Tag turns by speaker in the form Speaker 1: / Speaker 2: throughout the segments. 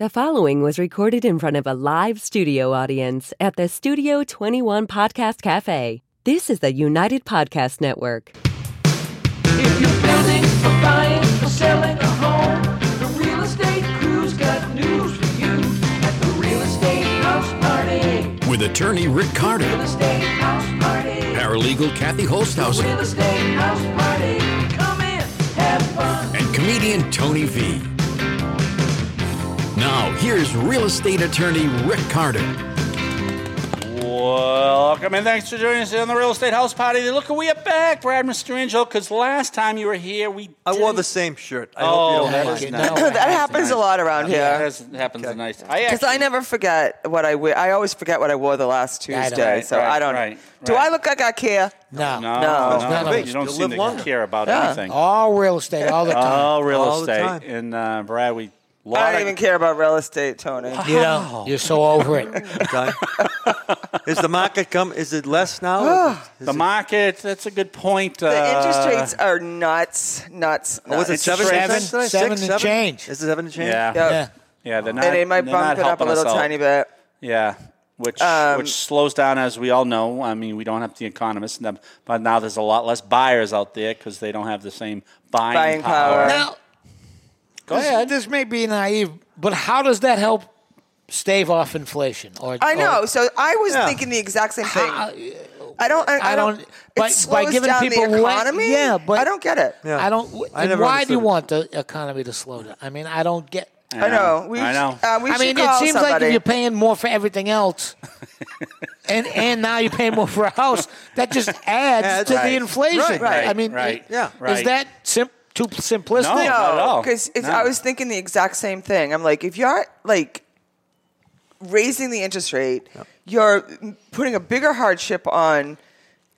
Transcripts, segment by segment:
Speaker 1: The following was recorded in front of a live studio audience at the Studio 21 Podcast Cafe. This is the United Podcast Network.
Speaker 2: If you're building or buying or selling a home, the real estate crew's got news for you at the Real Estate House Party.
Speaker 3: with attorney Rick
Speaker 2: Real
Speaker 3: Carter,
Speaker 2: Estate House Party.
Speaker 3: paralegal Kathy Holsthausen,
Speaker 2: Real Estate House Party. Come in, have fun.
Speaker 3: and comedian Tony V. Now, here's real estate attorney Rick Carter.
Speaker 4: Welcome and thanks for joining us on the Real Estate House Party. Look, we are back, Brad Mastrangelo, because last time you were here, we
Speaker 5: I wore
Speaker 4: didn't-
Speaker 5: the same shirt. I
Speaker 4: Oh,
Speaker 5: hope you don't
Speaker 4: that,
Speaker 5: mind
Speaker 4: is-
Speaker 5: that.
Speaker 4: no,
Speaker 6: that happens
Speaker 4: nice.
Speaker 6: a lot around
Speaker 4: Yeah,
Speaker 6: here.
Speaker 4: that happens a nice. I
Speaker 6: Because I
Speaker 4: actually-
Speaker 6: never forget what I wear. I always forget what I wore the last
Speaker 7: I don't-
Speaker 6: Tuesday,
Speaker 4: Right,
Speaker 6: so
Speaker 4: right,
Speaker 6: I don't.
Speaker 4: right,
Speaker 6: Do
Speaker 4: right.
Speaker 6: I look like I care?
Speaker 7: No.
Speaker 4: No,
Speaker 6: No.
Speaker 4: no,
Speaker 7: None of
Speaker 4: you
Speaker 7: us.
Speaker 4: don't
Speaker 5: You
Speaker 4: seem
Speaker 5: live
Speaker 4: to
Speaker 5: longer.
Speaker 4: care about
Speaker 6: Yeah.
Speaker 4: anything.
Speaker 7: All real estate, all the time.
Speaker 4: All real
Speaker 5: All the
Speaker 4: estate
Speaker 5: time.
Speaker 4: and uh, Brad, we. lot
Speaker 6: I
Speaker 4: of-
Speaker 6: don't even care about real estate, Tony.
Speaker 7: you know, you're so over it.
Speaker 5: Done. is the market come? Is it less now? Is it-
Speaker 4: The market. That's a good point.
Speaker 6: The interest
Speaker 4: uh,
Speaker 6: rates are nuts, nuts,
Speaker 5: oh, was it
Speaker 6: nuts.
Speaker 5: seven?
Speaker 4: rates-
Speaker 5: percent
Speaker 7: Seven-
Speaker 5: today?
Speaker 7: seven
Speaker 5: Six,
Speaker 7: and change.
Speaker 5: Is it seven and change?
Speaker 4: Yeah,
Speaker 6: Yep.
Speaker 7: Yeah.
Speaker 4: yeah. They're not.
Speaker 6: And it might
Speaker 4: they're not
Speaker 6: bump it up a
Speaker 4: helping us
Speaker 6: little
Speaker 4: out.
Speaker 6: tiny bit.
Speaker 4: Yeah, which
Speaker 6: Um,
Speaker 4: which slows down as we all know. I mean, we don't have the economists, and the- but now there's a lot less buyers out there because they don't have the same buying,
Speaker 6: Buying power.
Speaker 7: Now,
Speaker 4: Go
Speaker 7: this-
Speaker 4: ahead.
Speaker 7: This may be naive, but how does that help stave off inflation? Or
Speaker 6: I know.
Speaker 4: Oh.
Speaker 7: or-
Speaker 6: So I was
Speaker 5: Yeah.
Speaker 6: thinking the exact same thing.
Speaker 7: How-
Speaker 6: I don't. I, I don't.
Speaker 7: by-
Speaker 6: it
Speaker 7: by
Speaker 6: slows
Speaker 7: giving
Speaker 6: down
Speaker 7: people
Speaker 6: the
Speaker 7: le-
Speaker 6: economy.
Speaker 7: yeah, but
Speaker 6: I don't get it.
Speaker 5: Yeah.
Speaker 7: I don't.
Speaker 5: I
Speaker 7: and
Speaker 5: never
Speaker 7: why do you
Speaker 5: understood it.
Speaker 7: want the economy to slow down? I mean, I don't get.
Speaker 6: I know. We,
Speaker 4: I know.
Speaker 6: Uh, we
Speaker 7: I
Speaker 6: should
Speaker 7: mean, it
Speaker 6: call
Speaker 7: seems like
Speaker 6: somebody.
Speaker 7: if you're paying more for everything else, and and now you're paying more for a house, that just adds
Speaker 5: Adds.
Speaker 7: to
Speaker 5: Right.
Speaker 7: the inflation.
Speaker 5: Right,
Speaker 6: right,
Speaker 7: I mean,
Speaker 4: right,
Speaker 7: it-
Speaker 5: yeah.
Speaker 4: right.
Speaker 7: Is that sim- too simplistic?
Speaker 4: No. Not at all.
Speaker 6: because
Speaker 4: No.
Speaker 6: Oh, I was thinking the exact same thing. I'm like, if you're like raising the interest rate, you're putting a bigger hardship on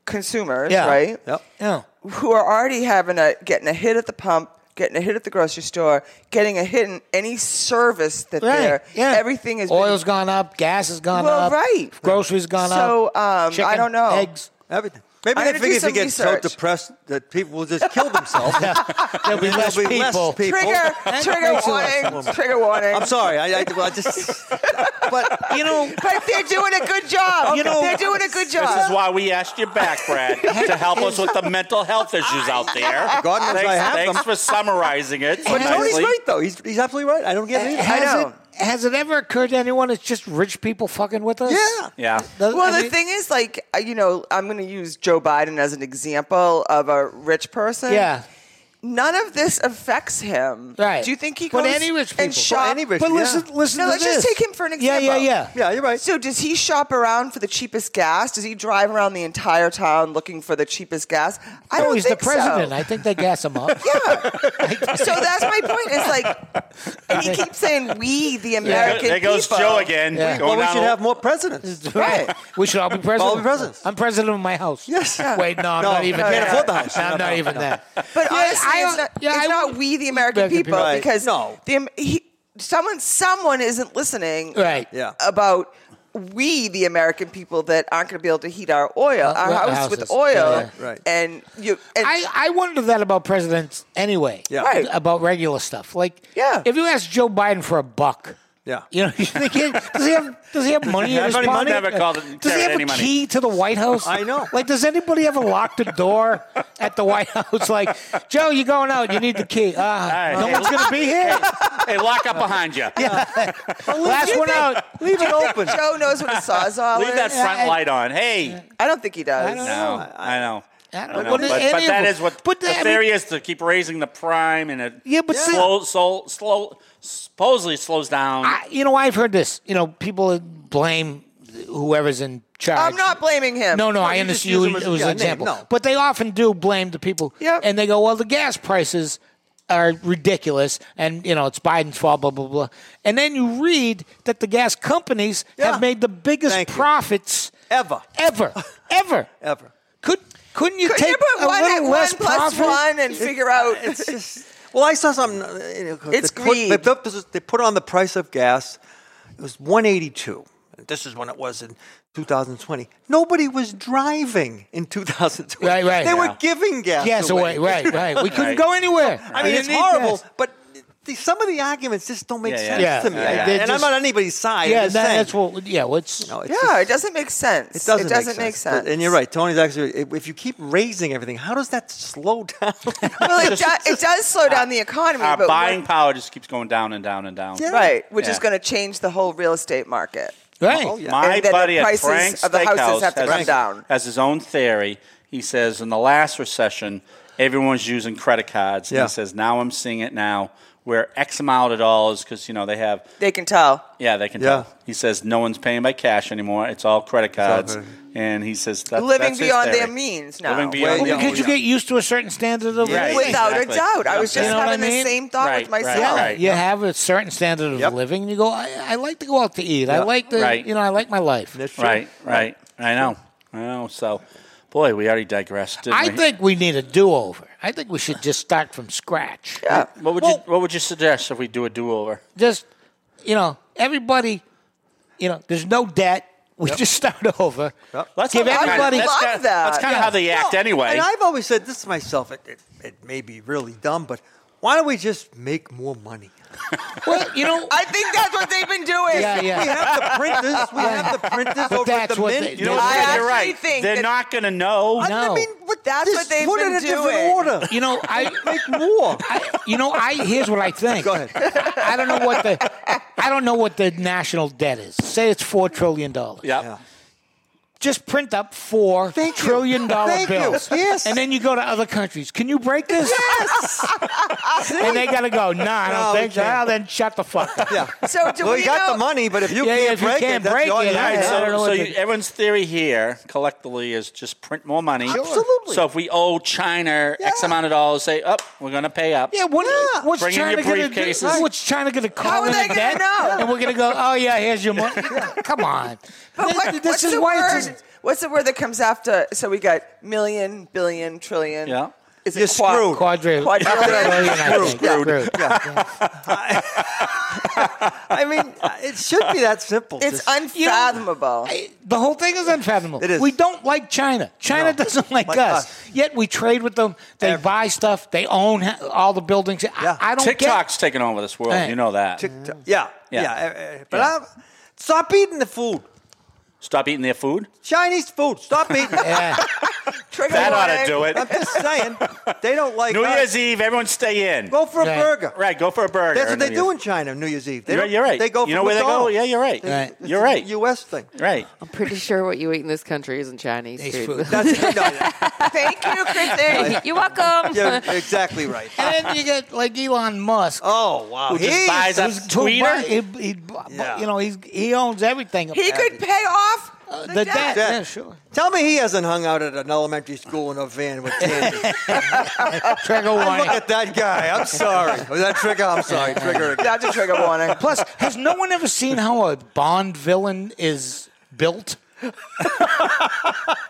Speaker 6: consumers,
Speaker 7: Yeah.
Speaker 6: right?
Speaker 5: Yep.
Speaker 7: Yeah.
Speaker 6: Who are already having a getting a hit at the pump, getting a hit at the grocery store, getting a hit in any service that they're
Speaker 7: Right. Yeah.
Speaker 6: everything is
Speaker 7: Oil's gone up, gas has gone
Speaker 6: Well,
Speaker 7: up,
Speaker 6: right.
Speaker 7: Groceries gone
Speaker 6: So,
Speaker 7: up.
Speaker 6: um,
Speaker 7: chicken,
Speaker 6: I don't know.
Speaker 7: Eggs.
Speaker 5: Everything. Maybe
Speaker 6: I'm
Speaker 5: they
Speaker 6: gonna do
Speaker 5: figure if
Speaker 6: some
Speaker 5: they get
Speaker 6: research.
Speaker 5: so depressed that people will just kill themselves.
Speaker 7: There'll be
Speaker 5: There'll
Speaker 7: less
Speaker 5: be
Speaker 7: people.
Speaker 5: less people.
Speaker 6: Trigger, trigger
Speaker 7: makes a lot of
Speaker 6: warning, trigger warning.
Speaker 5: I'm sorry. I, I, well, I just. But you know,
Speaker 6: But they're doing a good job.
Speaker 5: You know-
Speaker 6: they're doing a good job.
Speaker 4: This is why we asked you back, Brad, to help us with the mental health issues out there.
Speaker 5: God knows
Speaker 4: thanks,
Speaker 5: I have
Speaker 4: thanks
Speaker 5: them.
Speaker 4: for summarizing it.
Speaker 5: But Tony's
Speaker 4: nicely.
Speaker 5: right though. He's, he's absolutely right. I don't get it. Either.
Speaker 6: I
Speaker 7: Has
Speaker 6: know.
Speaker 7: It, has it ever occurred to anyone it's just rich people fucking with us?
Speaker 5: Yeah.
Speaker 4: Yeah.
Speaker 7: Does-
Speaker 6: Well,
Speaker 7: I
Speaker 6: the
Speaker 7: mean,
Speaker 6: thing is, like, uh, you know, I'm going to use Joe Biden as an example of a rich person.
Speaker 7: Yeah.
Speaker 6: None of this affects him.
Speaker 7: Right.
Speaker 6: Do you think he goes
Speaker 7: But any rich people.
Speaker 6: and
Speaker 7: But
Speaker 6: shop?
Speaker 5: any rich-
Speaker 7: But
Speaker 5: Yeah.
Speaker 7: listen, listen
Speaker 6: No,
Speaker 7: to
Speaker 6: let's just
Speaker 7: this.
Speaker 6: take him for an
Speaker 7: Yeah,
Speaker 6: example.
Speaker 7: yeah, yeah.
Speaker 5: Yeah, you're right.
Speaker 6: so does he shop around for the cheapest gas? Does he drive around the entire town looking for the cheapest gas? I
Speaker 7: Oh,
Speaker 6: don't
Speaker 7: he's the
Speaker 6: think
Speaker 7: president.
Speaker 6: So.
Speaker 7: I think they gas him up.
Speaker 6: yeah. so that's my point. It's like, and he keeps saying we, the American
Speaker 4: There goes
Speaker 6: people.
Speaker 4: Joe again.
Speaker 7: Yeah.
Speaker 4: Going
Speaker 5: Well, we
Speaker 4: down
Speaker 5: should
Speaker 4: a-
Speaker 5: have more presidents.
Speaker 6: Right.
Speaker 7: We should all be president.
Speaker 5: All be presidents.
Speaker 7: I'm president of my house.
Speaker 5: Yes.
Speaker 7: Wait, no, I'm
Speaker 5: No,
Speaker 7: not even
Speaker 5: I can't
Speaker 7: there.
Speaker 5: afford the house.
Speaker 7: No, I'm
Speaker 5: No,
Speaker 7: not
Speaker 5: no,
Speaker 7: even
Speaker 5: no.
Speaker 7: that.
Speaker 6: But honestly,
Speaker 7: I-
Speaker 6: it's, not,
Speaker 7: yeah,
Speaker 6: it's
Speaker 7: I
Speaker 6: not
Speaker 7: would-
Speaker 6: we, the American
Speaker 7: American
Speaker 6: people,
Speaker 7: people.
Speaker 5: Right.
Speaker 6: because
Speaker 5: No.
Speaker 6: the, Am- he, someone, someone isn't listening
Speaker 7: Right.
Speaker 5: Yeah.
Speaker 6: about we, the American people, that aren't going to be able to heat our oil, our
Speaker 7: well,
Speaker 6: house
Speaker 7: houses.
Speaker 6: with oil,
Speaker 7: Yeah,
Speaker 5: yeah. Right.
Speaker 6: and you, and
Speaker 7: I, I wonder that about presidents anyway.
Speaker 5: Yeah.
Speaker 6: Right.
Speaker 7: About regular stuff. Like,
Speaker 6: Yeah.
Speaker 7: if you ask Joe Biden for a buck,
Speaker 5: Yeah.
Speaker 7: you know, you think he, does he have does he have money in
Speaker 5: Have
Speaker 7: his
Speaker 5: any
Speaker 7: pocket?
Speaker 5: money?
Speaker 4: Never called it-
Speaker 7: does he
Speaker 4: carried
Speaker 7: have
Speaker 4: any
Speaker 7: a
Speaker 4: money.
Speaker 7: key to the White House?
Speaker 5: I know.
Speaker 7: Like, does anybody ever lock the door at the White House? Like, Joe, you're going out. You need the key. Ah,
Speaker 4: right.
Speaker 7: no
Speaker 4: Hey,
Speaker 7: one's going to be here.
Speaker 4: Hey, lock up behind you.
Speaker 7: Last one out.
Speaker 5: Leave it open.
Speaker 6: Joe knows what a sawzall
Speaker 4: Leave
Speaker 6: is.
Speaker 4: that front light on. Hey.
Speaker 6: I don't think he does.
Speaker 7: don't know.
Speaker 4: No, I know.
Speaker 7: I don't
Speaker 4: I know,
Speaker 7: know.
Speaker 4: but,
Speaker 7: What is
Speaker 4: but
Speaker 7: any
Speaker 4: that
Speaker 7: of
Speaker 4: is
Speaker 7: them?
Speaker 4: what
Speaker 7: But
Speaker 4: the
Speaker 7: I mean-
Speaker 4: theory is to keep raising the prime and it
Speaker 7: Yeah, but see-
Speaker 4: slow, slow, slow, supposedly slows down.
Speaker 7: I, you know, I've heard this. You know, people blame whoever's in charge.
Speaker 6: I'm not blaming him.
Speaker 7: No, no,
Speaker 5: you
Speaker 7: I
Speaker 5: just
Speaker 7: understand.
Speaker 5: use
Speaker 7: You,
Speaker 5: them as-
Speaker 7: it was
Speaker 5: yeah,
Speaker 7: an
Speaker 5: name,
Speaker 7: example.
Speaker 5: no.
Speaker 7: But they often do blame the people.
Speaker 6: Yep.
Speaker 7: And they go, well, the gas prices are ridiculous and, you know, it's Biden's fault, blah, blah, blah. And then you read that the gas companies
Speaker 5: Yeah.
Speaker 7: have made the biggest
Speaker 5: Thank you.
Speaker 7: profits
Speaker 5: Ever.
Speaker 7: ever. ever.
Speaker 5: Ever.
Speaker 7: Could, couldn't you
Speaker 6: Could
Speaker 7: take
Speaker 6: you put
Speaker 7: a
Speaker 6: one
Speaker 7: little
Speaker 6: at
Speaker 7: less
Speaker 6: one plus
Speaker 7: profit?
Speaker 6: one and figure out?
Speaker 5: It's just. Well, I saw something. uh, You know,
Speaker 6: It's
Speaker 5: they put,
Speaker 6: greed.
Speaker 5: They put, they put on the price of gas. It was 182. This is when it was in 2020. Nobody was driving in 2020.
Speaker 7: Right, right.
Speaker 5: They
Speaker 7: Yeah.
Speaker 5: were giving gas
Speaker 7: Gas away.
Speaker 5: away.
Speaker 7: Right, right. We couldn't
Speaker 4: Right.
Speaker 7: go anywhere.
Speaker 5: I mean,
Speaker 7: We
Speaker 5: it's
Speaker 7: didn't need
Speaker 5: horrible,
Speaker 7: gas.
Speaker 5: but the, some of the arguments just don't make
Speaker 4: Yeah, yeah.
Speaker 5: sense
Speaker 7: Yeah,
Speaker 5: to me.
Speaker 7: yeah, yeah.
Speaker 5: And
Speaker 7: They're
Speaker 5: I'm
Speaker 7: just-
Speaker 5: on anybody's side.
Speaker 7: yeah,
Speaker 5: I'm just
Speaker 7: that,
Speaker 5: saying.
Speaker 7: that's what. Yeah, what's
Speaker 5: No, it's
Speaker 6: Yeah,
Speaker 5: just-
Speaker 6: it doesn't make sense.
Speaker 5: It doesn't,
Speaker 6: It doesn't
Speaker 5: make,
Speaker 6: make
Speaker 5: sense.
Speaker 6: sense.
Speaker 5: And you're right. Tony's actually, if if you keep raising everything, how does that slow down?
Speaker 6: well, it, do, it does slow down the economy,
Speaker 4: Our
Speaker 6: but
Speaker 4: Uh, buying
Speaker 6: what-
Speaker 4: power just keeps going down and down and down.
Speaker 5: Yeah.
Speaker 6: right, which is
Speaker 4: Yeah.
Speaker 6: going to change the whole real estate market.
Speaker 7: right?
Speaker 5: Oh, yeah.
Speaker 4: My
Speaker 6: And then the
Speaker 4: buddy at
Speaker 6: prices
Speaker 4: Frank's
Speaker 6: of the houses
Speaker 4: Steakhouse
Speaker 6: have to
Speaker 4: has,
Speaker 6: come down.
Speaker 4: has his own theory. He says in the last recession, everyone's using credit cards. And
Speaker 5: Yeah.
Speaker 4: he says now I'm seeing it now where X amount of dollars because you know they have
Speaker 6: They can tell.
Speaker 4: yeah they can.
Speaker 5: Yeah.
Speaker 4: Tell. He says no one's paying by cash anymore. It's all credit cards.
Speaker 5: credit.
Speaker 4: And he says that,
Speaker 6: Living
Speaker 4: that's his
Speaker 6: beyond their
Speaker 4: theory.
Speaker 6: means now.
Speaker 4: Living
Speaker 5: Well,
Speaker 4: beyond
Speaker 5: yeah.
Speaker 4: their
Speaker 7: Because
Speaker 4: means.
Speaker 7: you get used to a certain standard of
Speaker 4: Right.
Speaker 7: living.
Speaker 6: Without
Speaker 4: exactly.
Speaker 6: a doubt. I was
Speaker 4: Yeah.
Speaker 6: just
Speaker 4: You know
Speaker 7: what
Speaker 6: having
Speaker 7: I mean?
Speaker 6: the same thought
Speaker 4: Right,
Speaker 6: with myself.
Speaker 7: Yeah,
Speaker 4: Right.
Speaker 7: you have a certain standard of
Speaker 5: Yep.
Speaker 7: living. You go, I, I like to go out to eat. I like the,
Speaker 4: Right.
Speaker 7: you know, I like my life.
Speaker 5: That's true.
Speaker 4: Right, right. I know. I know. So, boy, we already digressed. Didn't
Speaker 7: I
Speaker 4: we?
Speaker 7: think we need a do-over. I think we should just start from scratch.
Speaker 6: Yeah.
Speaker 4: What would you What would you suggest if we do a do over?
Speaker 7: Just, you know, everybody, you know, there's no debt. We just start over. Give everybody-
Speaker 6: I love that.
Speaker 4: That's kind of how they act
Speaker 5: No,
Speaker 4: anyway.
Speaker 5: And I've always said this to myself. It, it, it may be really dumb, but why don't we just make more money?
Speaker 7: Well, you know,
Speaker 6: I think that's what they've been doing.
Speaker 7: yeah,
Speaker 5: We
Speaker 7: yeah.
Speaker 5: have the printers. We have the printers
Speaker 7: But
Speaker 5: over at
Speaker 7: that's
Speaker 5: the
Speaker 7: what
Speaker 5: mint.
Speaker 7: they-
Speaker 4: you know,
Speaker 6: I
Speaker 4: what?
Speaker 6: actually
Speaker 4: you're right.
Speaker 6: think
Speaker 4: They're
Speaker 6: that-
Speaker 4: not going to know.
Speaker 5: I
Speaker 7: No.
Speaker 5: mean, what, that's
Speaker 6: Just
Speaker 5: what they've
Speaker 6: put
Speaker 5: been
Speaker 6: it in different
Speaker 5: doing.
Speaker 6: order.
Speaker 7: You know, I
Speaker 5: Make more.
Speaker 7: I, you know, I here's what I think.
Speaker 5: Go ahead.
Speaker 7: I, I don't know what the I don't know what the national debt is. Say it's four trillion dollars.
Speaker 4: Yeah.
Speaker 5: Yeah.
Speaker 7: Just print up four
Speaker 5: Thank you.
Speaker 7: trillion dollar
Speaker 5: Thank you.
Speaker 7: bills.
Speaker 5: Yes.
Speaker 7: And then you go to other countries. Can you break this? Yes. and they gotta go. Nah, I
Speaker 5: No,
Speaker 7: don't
Speaker 5: we
Speaker 7: think so.
Speaker 5: can't.
Speaker 7: Well, then shut the fuck up.
Speaker 5: Yeah.
Speaker 6: So do
Speaker 5: well,
Speaker 6: we
Speaker 5: you got
Speaker 6: know-
Speaker 5: the money, but if you
Speaker 7: Yeah, yeah,
Speaker 5: can't
Speaker 7: if you
Speaker 5: break
Speaker 7: can't
Speaker 5: it, that's
Speaker 7: break
Speaker 5: all you
Speaker 7: it, all right,
Speaker 5: have.
Speaker 7: I don't know
Speaker 4: So,
Speaker 7: what
Speaker 4: so
Speaker 7: the-
Speaker 4: you, everyone's theory here collectively is just print more money.
Speaker 5: Absolutely.
Speaker 4: So if we owe China X
Speaker 5: Yeah.
Speaker 4: amount of dollars, say, up, we're going to pay up.
Speaker 7: Yeah, what,
Speaker 5: Yeah.
Speaker 7: what's
Speaker 4: Bring in
Speaker 7: China
Speaker 4: your
Speaker 7: gonna
Speaker 4: briefcases.
Speaker 7: do? What's China gonna call
Speaker 6: How are
Speaker 7: in
Speaker 6: they
Speaker 7: a
Speaker 6: gonna
Speaker 7: debt?
Speaker 6: know?
Speaker 7: And we're gonna go, oh yeah, here's your money. Come on.
Speaker 6: But
Speaker 7: This-
Speaker 6: what,
Speaker 7: this
Speaker 6: what's
Speaker 7: is
Speaker 6: the
Speaker 7: why
Speaker 6: word?
Speaker 7: it's just-
Speaker 6: what's the word that comes after? So we got million, billion, trillion.
Speaker 4: Yeah.
Speaker 6: Is it
Speaker 5: You're
Speaker 6: quad-
Speaker 5: screwed.
Speaker 7: Quadrillion.
Speaker 6: Quadrillion.
Speaker 7: Quadrillion.
Speaker 5: I mean, it should be that simple.
Speaker 6: It's
Speaker 5: Just-
Speaker 6: unfathomable.
Speaker 7: The whole thing is unfathomable.
Speaker 5: It is.
Speaker 7: We don't like China. China
Speaker 5: No.
Speaker 7: doesn't like,
Speaker 5: Like
Speaker 7: us.
Speaker 5: us.
Speaker 7: Yet we trade with them. They
Speaker 5: Every-
Speaker 7: buy stuff. They own ha- all the buildings. I-
Speaker 5: Yeah.
Speaker 7: I, don't
Speaker 4: TikTok's taking over this world.
Speaker 7: Hey.
Speaker 4: You know that.
Speaker 5: TikTok. Yeah,
Speaker 4: Yeah.
Speaker 5: yeah. eh, eh, But
Speaker 4: Yeah.
Speaker 5: I'm, stop eating the food.
Speaker 4: Stop eating their food.
Speaker 5: Chinese food. Stop eating. it.
Speaker 7: get it.
Speaker 6: Trigger
Speaker 4: That ought to
Speaker 6: warning.
Speaker 4: do it.
Speaker 5: I'm just saying, they don't like
Speaker 4: New
Speaker 5: us.
Speaker 4: Year's Eve, everyone stay in.
Speaker 5: Go for a
Speaker 7: Right.
Speaker 5: burger.
Speaker 4: Right, go for a burger.
Speaker 5: That's what
Speaker 4: on
Speaker 5: they
Speaker 4: New
Speaker 5: do
Speaker 4: Year's-
Speaker 5: in China. New Year's Eve. They
Speaker 4: You're,
Speaker 5: don't-
Speaker 4: you're right.
Speaker 5: They go.
Speaker 4: You
Speaker 5: for
Speaker 4: know where
Speaker 5: McDonald's.
Speaker 4: they go? Yeah, you're right.
Speaker 7: Right.
Speaker 5: It's
Speaker 4: You're
Speaker 5: a
Speaker 4: right.
Speaker 5: U.S. thing.
Speaker 4: Right.
Speaker 8: Pretty sure what you eat in this country isn't Chinese
Speaker 7: Nice
Speaker 8: food.
Speaker 7: food.
Speaker 5: That's no, yeah,
Speaker 6: Thank you, Kristen.
Speaker 8: You're welcome.
Speaker 5: you're exactly right.
Speaker 7: and then you get like Elon Musk.
Speaker 5: Oh wow.
Speaker 4: Who just
Speaker 5: He's-
Speaker 4: buys up
Speaker 7: who's- who
Speaker 4: Twitter?
Speaker 7: buy- he- he bu-
Speaker 5: Yeah.
Speaker 7: You know, he's, he owns everything.
Speaker 6: He could pay off the,
Speaker 7: Uh, the
Speaker 6: debt.
Speaker 7: debt.
Speaker 5: That-
Speaker 7: Yeah, sure.
Speaker 5: Tell me he hasn't hung out at an elementary school in a van with candy.
Speaker 7: Trigger
Speaker 5: Look
Speaker 7: warning.
Speaker 5: at that guy. I'm sorry. Was that trigger? I'm sorry. Trigger again.
Speaker 6: That's a trigger warning.
Speaker 7: Plus, has no one ever seen how a Bond villain is built?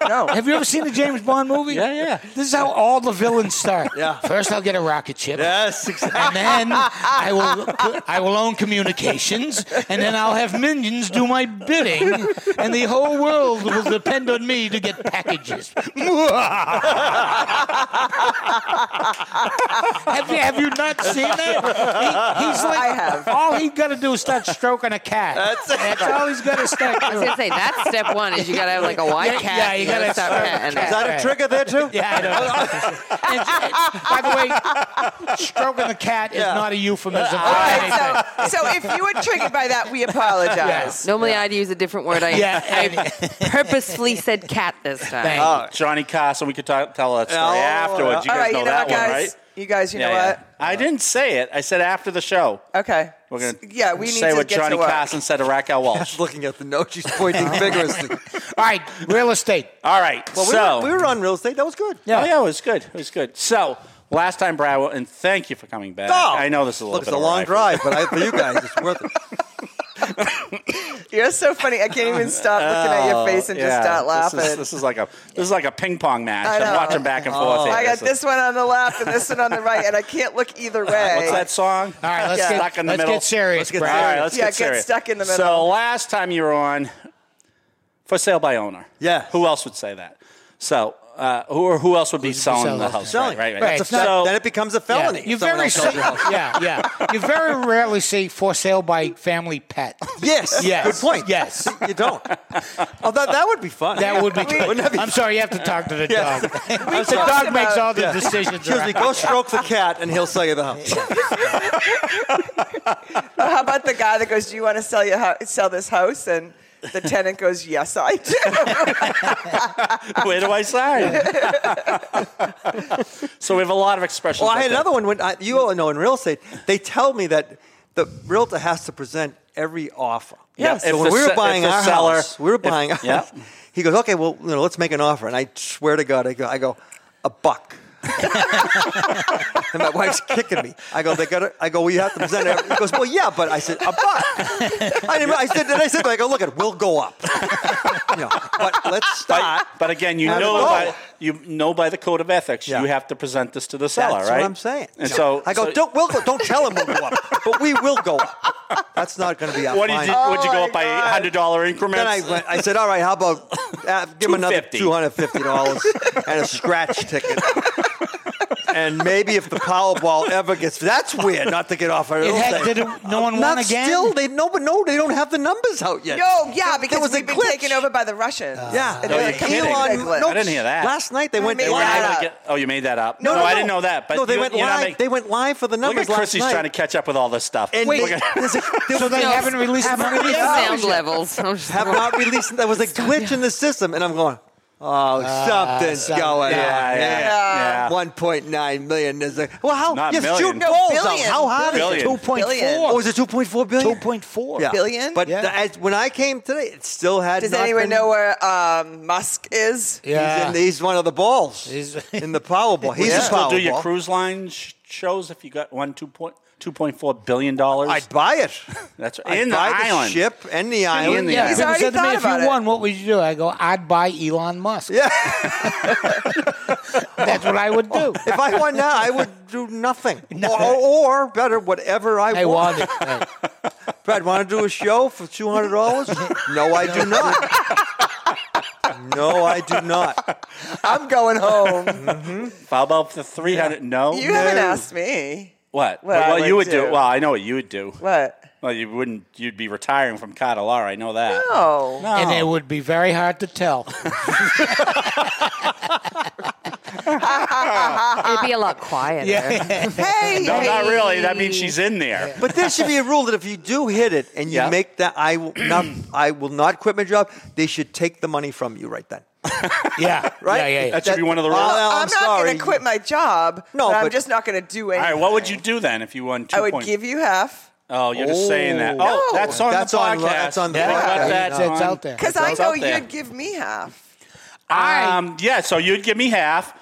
Speaker 6: No.
Speaker 7: Have you ever seen the James Bond movie?
Speaker 4: Yeah, yeah.
Speaker 7: This is how all the villains start.
Speaker 5: Yeah.
Speaker 7: First, I'll get a rocket ship.
Speaker 5: Yes, exactly.
Speaker 7: And then I will I will own communications, and then I'll have minions do my bidding, and the whole world will depend on me to get packages. have you have you not seen that? He- he's like
Speaker 6: I have.
Speaker 7: all he got to do is start stroking a cat. That's, all he's got to start
Speaker 8: I was
Speaker 7: doing.
Speaker 8: gonna say that's step one is you gotta have like a white
Speaker 7: Yeah,
Speaker 8: cat.
Speaker 7: yeah, you gotta
Speaker 8: stop
Speaker 7: start
Speaker 8: petting
Speaker 7: with
Speaker 8: it.
Speaker 5: Is that a trigger there too?
Speaker 7: Yeah, I know. And- and- by the way, stroking the cat is not a euphemism.
Speaker 6: All
Speaker 7: for anything.
Speaker 6: right, so, so if you were triggered by that, we apologize.
Speaker 8: Normally I'd use a different word. I,
Speaker 7: Yeah,
Speaker 8: I purposefully said cat this time.
Speaker 7: Thank you.
Speaker 4: Johnny Carson, we could talk, tell that story
Speaker 5: Oh,
Speaker 4: afterwards. You guys
Speaker 6: All right,
Speaker 4: know
Speaker 6: you know
Speaker 4: that
Speaker 6: what,
Speaker 4: one,
Speaker 6: guys?
Speaker 4: right?
Speaker 6: You guys, you know
Speaker 4: Yeah, yeah.
Speaker 6: what?
Speaker 4: I didn't say it. I said after the show.
Speaker 6: Okay.
Speaker 4: We're gonna
Speaker 6: yeah, we need
Speaker 4: say
Speaker 6: to
Speaker 4: what
Speaker 6: get
Speaker 4: Johnny
Speaker 6: to work.
Speaker 4: Carson said to Raquel Walsh.
Speaker 5: She's looking at the note. She's pointing
Speaker 4: Uh-huh.
Speaker 5: vigorously.
Speaker 7: All right, real estate.
Speaker 4: All right,
Speaker 5: Well, we,
Speaker 4: so
Speaker 5: were, we were on real estate. That was good.
Speaker 4: yeah, oh, yeah, it was good. It was good. So last time, Brad, and thank you for coming back.
Speaker 5: Oh.
Speaker 4: I know this is a little
Speaker 5: Look,
Speaker 4: bit
Speaker 5: it's a
Speaker 4: of
Speaker 5: long
Speaker 4: rifle.
Speaker 5: drive, but I, for you guys, it's worth it.
Speaker 6: You're so funny. I can't even stop looking at your face and
Speaker 4: Oh, Yeah,
Speaker 6: just start laughing.
Speaker 4: This is, this is like a this is like a ping pong match.
Speaker 6: I
Speaker 4: I'm
Speaker 6: know. Oh,
Speaker 4: watching back and forth. here.
Speaker 6: I got
Speaker 4: So-
Speaker 6: this one on the left and this one on the right, and I can't look either way.
Speaker 4: What's that song?
Speaker 7: All right, let's
Speaker 6: Yeah.
Speaker 7: get
Speaker 4: Stuck in the
Speaker 7: let's
Speaker 4: middle.
Speaker 7: get serious,
Speaker 5: Let's get
Speaker 7: Brad.
Speaker 4: All right, let's
Speaker 6: Yeah,
Speaker 4: get
Speaker 6: get
Speaker 4: serious.
Speaker 6: stuck in the middle.
Speaker 4: So last time you were on, for sale by owner.
Speaker 5: Yeah.
Speaker 4: Who else would say that? So uh, who or who else would be
Speaker 7: Who's
Speaker 4: selling,
Speaker 7: selling
Speaker 4: the
Speaker 7: the
Speaker 4: house?
Speaker 5: Selling.
Speaker 4: Right, right.
Speaker 7: Right.
Speaker 4: right.
Speaker 5: It's a
Speaker 7: So-
Speaker 5: fe- then it becomes a felony.
Speaker 7: Yeah, you
Speaker 5: if someone
Speaker 7: very
Speaker 5: else sells
Speaker 7: se-
Speaker 5: your house.
Speaker 7: yeah, yeah. You very rarely see for sale by family pet.
Speaker 5: Yes.
Speaker 7: Yes.
Speaker 5: Good point.
Speaker 7: Yes.
Speaker 5: You don't. Oh, that, that would be fun.
Speaker 7: That would be.
Speaker 5: Wouldn't that be
Speaker 7: I'm sorry, you have to talk to the
Speaker 5: Yes.
Speaker 7: dog.
Speaker 5: I'm
Speaker 7: the
Speaker 5: sorry.
Speaker 7: dog makes all the
Speaker 5: Yeah.
Speaker 7: decisions.
Speaker 5: Excuse me.
Speaker 7: around-
Speaker 5: Go stroke the cat, and he'll sell you the house.
Speaker 6: How about the guy that goes, "Do you want to sell your hou- sell this house?" and the tenant goes, "Yes, I do."
Speaker 4: Where do I sign? so we have a lot of expressions.
Speaker 5: Well, I
Speaker 4: like
Speaker 5: had
Speaker 4: that.
Speaker 5: another one when I, you all know in real estate, they tell me that the realtor has to present every offer.
Speaker 4: Yeah, if
Speaker 5: So when
Speaker 4: the
Speaker 5: we
Speaker 4: se-
Speaker 5: were
Speaker 4: if
Speaker 5: buying
Speaker 4: the
Speaker 5: our
Speaker 4: seller-
Speaker 5: house, we were
Speaker 4: if-
Speaker 5: buying. our
Speaker 4: yeah.
Speaker 5: house, He goes, okay, well, you know, let's make an offer, and I swear to God, I go, I go, a buck. and my wife's kicking me. I go, they got to I go, well, you have to present it. He goes, well, yeah, but I said a buck. I, didn't, I said, and I said, I go, look, it will go up. you know, but let's
Speaker 4: But,
Speaker 5: start.
Speaker 4: but again, you
Speaker 5: Not
Speaker 4: know
Speaker 5: at all.
Speaker 4: by you know by the code of ethics,
Speaker 5: Yeah.
Speaker 4: you have to present this to the seller,
Speaker 5: That's
Speaker 4: right?
Speaker 5: what I'm saying.
Speaker 4: And so
Speaker 5: I go,
Speaker 4: so-
Speaker 5: don't we'll go, don't tell him we'll go up, but we will go up. That's not going to be our
Speaker 4: What did
Speaker 5: final.
Speaker 4: you, would you go up by
Speaker 6: God.
Speaker 4: hundred dollar increments?
Speaker 5: Oh Then I went, I said, all right, how about uh, give him another
Speaker 4: $250.
Speaker 5: two hundred fifty dollars and a scratch ticket. And maybe if the Powerball ever gets, that's weird not to get off.
Speaker 7: It had, did it, no one
Speaker 5: Not
Speaker 7: won again.
Speaker 5: still. They no, but no, they don't have the numbers out yet.
Speaker 6: Yo, yeah,
Speaker 5: There
Speaker 6: because
Speaker 5: was a
Speaker 6: we've been
Speaker 5: glitch.
Speaker 6: taken over by the Russians.
Speaker 5: Yeah,
Speaker 6: And
Speaker 4: No,
Speaker 6: they're
Speaker 4: you're
Speaker 6: like,
Speaker 4: kidding.
Speaker 6: "Come on,
Speaker 5: Elon,
Speaker 6: glitch."
Speaker 5: no,
Speaker 4: I didn't hear that.
Speaker 5: Last night they
Speaker 6: I
Speaker 5: went.
Speaker 6: made
Speaker 5: They
Speaker 4: You
Speaker 5: went
Speaker 4: weren't
Speaker 6: that
Speaker 5: live.
Speaker 4: able to
Speaker 6: up.
Speaker 4: get- oh, you made that up.
Speaker 5: No, no,
Speaker 4: I
Speaker 5: no.
Speaker 4: didn't know that. But
Speaker 5: no, they
Speaker 4: you-
Speaker 5: went
Speaker 4: you're not
Speaker 5: live.
Speaker 4: make-
Speaker 5: they went live for the
Speaker 4: Look
Speaker 5: numbers
Speaker 4: at
Speaker 5: last
Speaker 4: Chrissy's
Speaker 5: night.
Speaker 4: trying to catch up with all this stuff.
Speaker 5: And
Speaker 4: Look
Speaker 5: they-
Speaker 4: at-
Speaker 5: there's a- there
Speaker 7: So
Speaker 5: was
Speaker 7: they
Speaker 5: no-
Speaker 7: haven't released the
Speaker 5: haven't
Speaker 7: numbers
Speaker 5: released
Speaker 7: yet.
Speaker 5: numbers
Speaker 8: sound
Speaker 5: yet.
Speaker 8: levels. I'm just-
Speaker 5: Have not released. There was a glitch in the system, and I'm going. Oh, something's
Speaker 7: something-
Speaker 5: going
Speaker 4: Uh, yeah,
Speaker 5: on.
Speaker 4: yeah, yeah.
Speaker 5: 1.9 million. There's a, well, how?
Speaker 4: Not
Speaker 5: yes,
Speaker 4: million.
Speaker 5: Jude
Speaker 4: No,
Speaker 5: Paul's out.
Speaker 6: billion.
Speaker 5: How hard is
Speaker 4: Billion.
Speaker 5: it?
Speaker 7: Two point
Speaker 6: Billion.
Speaker 5: Oh,
Speaker 7: four.
Speaker 5: is it 2.4 billion?
Speaker 7: Two point four.
Speaker 5: Yeah.
Speaker 6: Billion?
Speaker 5: But
Speaker 7: Yeah.
Speaker 5: the- as, when I came today, it still had
Speaker 6: Does
Speaker 5: not
Speaker 6: anyone
Speaker 5: been-
Speaker 6: know where um, Musk is?
Speaker 5: He's,
Speaker 7: Yeah.
Speaker 5: in, he's one of the balls
Speaker 7: He's-
Speaker 5: in the Powerball. He's
Speaker 4: Would you
Speaker 5: a
Speaker 4: still
Speaker 5: Powerball.
Speaker 4: do your cruise line sh- shows if you got one two point two point four billion dollars?
Speaker 5: I'd buy it.
Speaker 4: That's right.
Speaker 5: I'd
Speaker 4: In the
Speaker 5: buy
Speaker 4: island.
Speaker 5: ship and the island.
Speaker 4: in the
Speaker 7: Yeah,
Speaker 4: He's
Speaker 7: people
Speaker 6: already
Speaker 7: said to me,
Speaker 6: thought
Speaker 7: if you
Speaker 6: about it."
Speaker 7: won, what would you do? I go, I'd buy Elon Musk.
Speaker 5: Yeah.
Speaker 7: That's what I would do.
Speaker 5: if I won now, I would do nothing. Or, or better, whatever I,
Speaker 7: I
Speaker 5: want.
Speaker 7: want it. Right.
Speaker 5: Brad, want to do a show for two hundred dollars? No, I do not. No, I do not.
Speaker 6: I'm going home.
Speaker 4: How about the three hundred? No.
Speaker 6: you haven't
Speaker 5: No.
Speaker 6: asked me.
Speaker 4: What?
Speaker 6: What I
Speaker 4: well, you
Speaker 6: would
Speaker 4: would do.
Speaker 6: do.
Speaker 4: Well, I know what you would do.
Speaker 6: What?
Speaker 4: Well, you wouldn't. You'd be retiring from Catalar. I know that.
Speaker 6: Oh.
Speaker 4: No.
Speaker 7: And it would be very hard to tell.
Speaker 8: It'd be a lot quieter.
Speaker 6: Hey,
Speaker 4: no,
Speaker 6: hey.
Speaker 4: not really. That means she's in there.
Speaker 5: But there should be a rule that if you do hit it and you
Speaker 4: Yeah.
Speaker 5: make that, I will not. I will not quit my job. They should take the money from you right then.
Speaker 7: Yeah.
Speaker 5: Right?
Speaker 7: Yeah, yeah, yeah.
Speaker 4: That should be one of the
Speaker 5: Oh,
Speaker 4: rules.
Speaker 5: no,
Speaker 4: All
Speaker 5: I'm,
Speaker 6: I'm, not
Speaker 5: sorry.
Speaker 6: going to quit my job.
Speaker 5: No,
Speaker 6: but I'm
Speaker 5: but-
Speaker 6: just not going to do anything.
Speaker 4: right. What would you do then if you won two?
Speaker 6: I would
Speaker 4: point-
Speaker 6: give you half
Speaker 4: Oh, you're just saying that. Oh,
Speaker 5: No.
Speaker 4: that's on
Speaker 5: That's
Speaker 4: the
Speaker 5: on-
Speaker 4: podcast.
Speaker 5: that's on the
Speaker 4: Think about
Speaker 5: podcast.
Speaker 4: that
Speaker 7: It's-
Speaker 4: on-
Speaker 7: it's out there.
Speaker 6: because I
Speaker 4: It's
Speaker 6: know
Speaker 4: out there.
Speaker 6: you'd give me half,
Speaker 4: Um, yeah, so you'd give me half.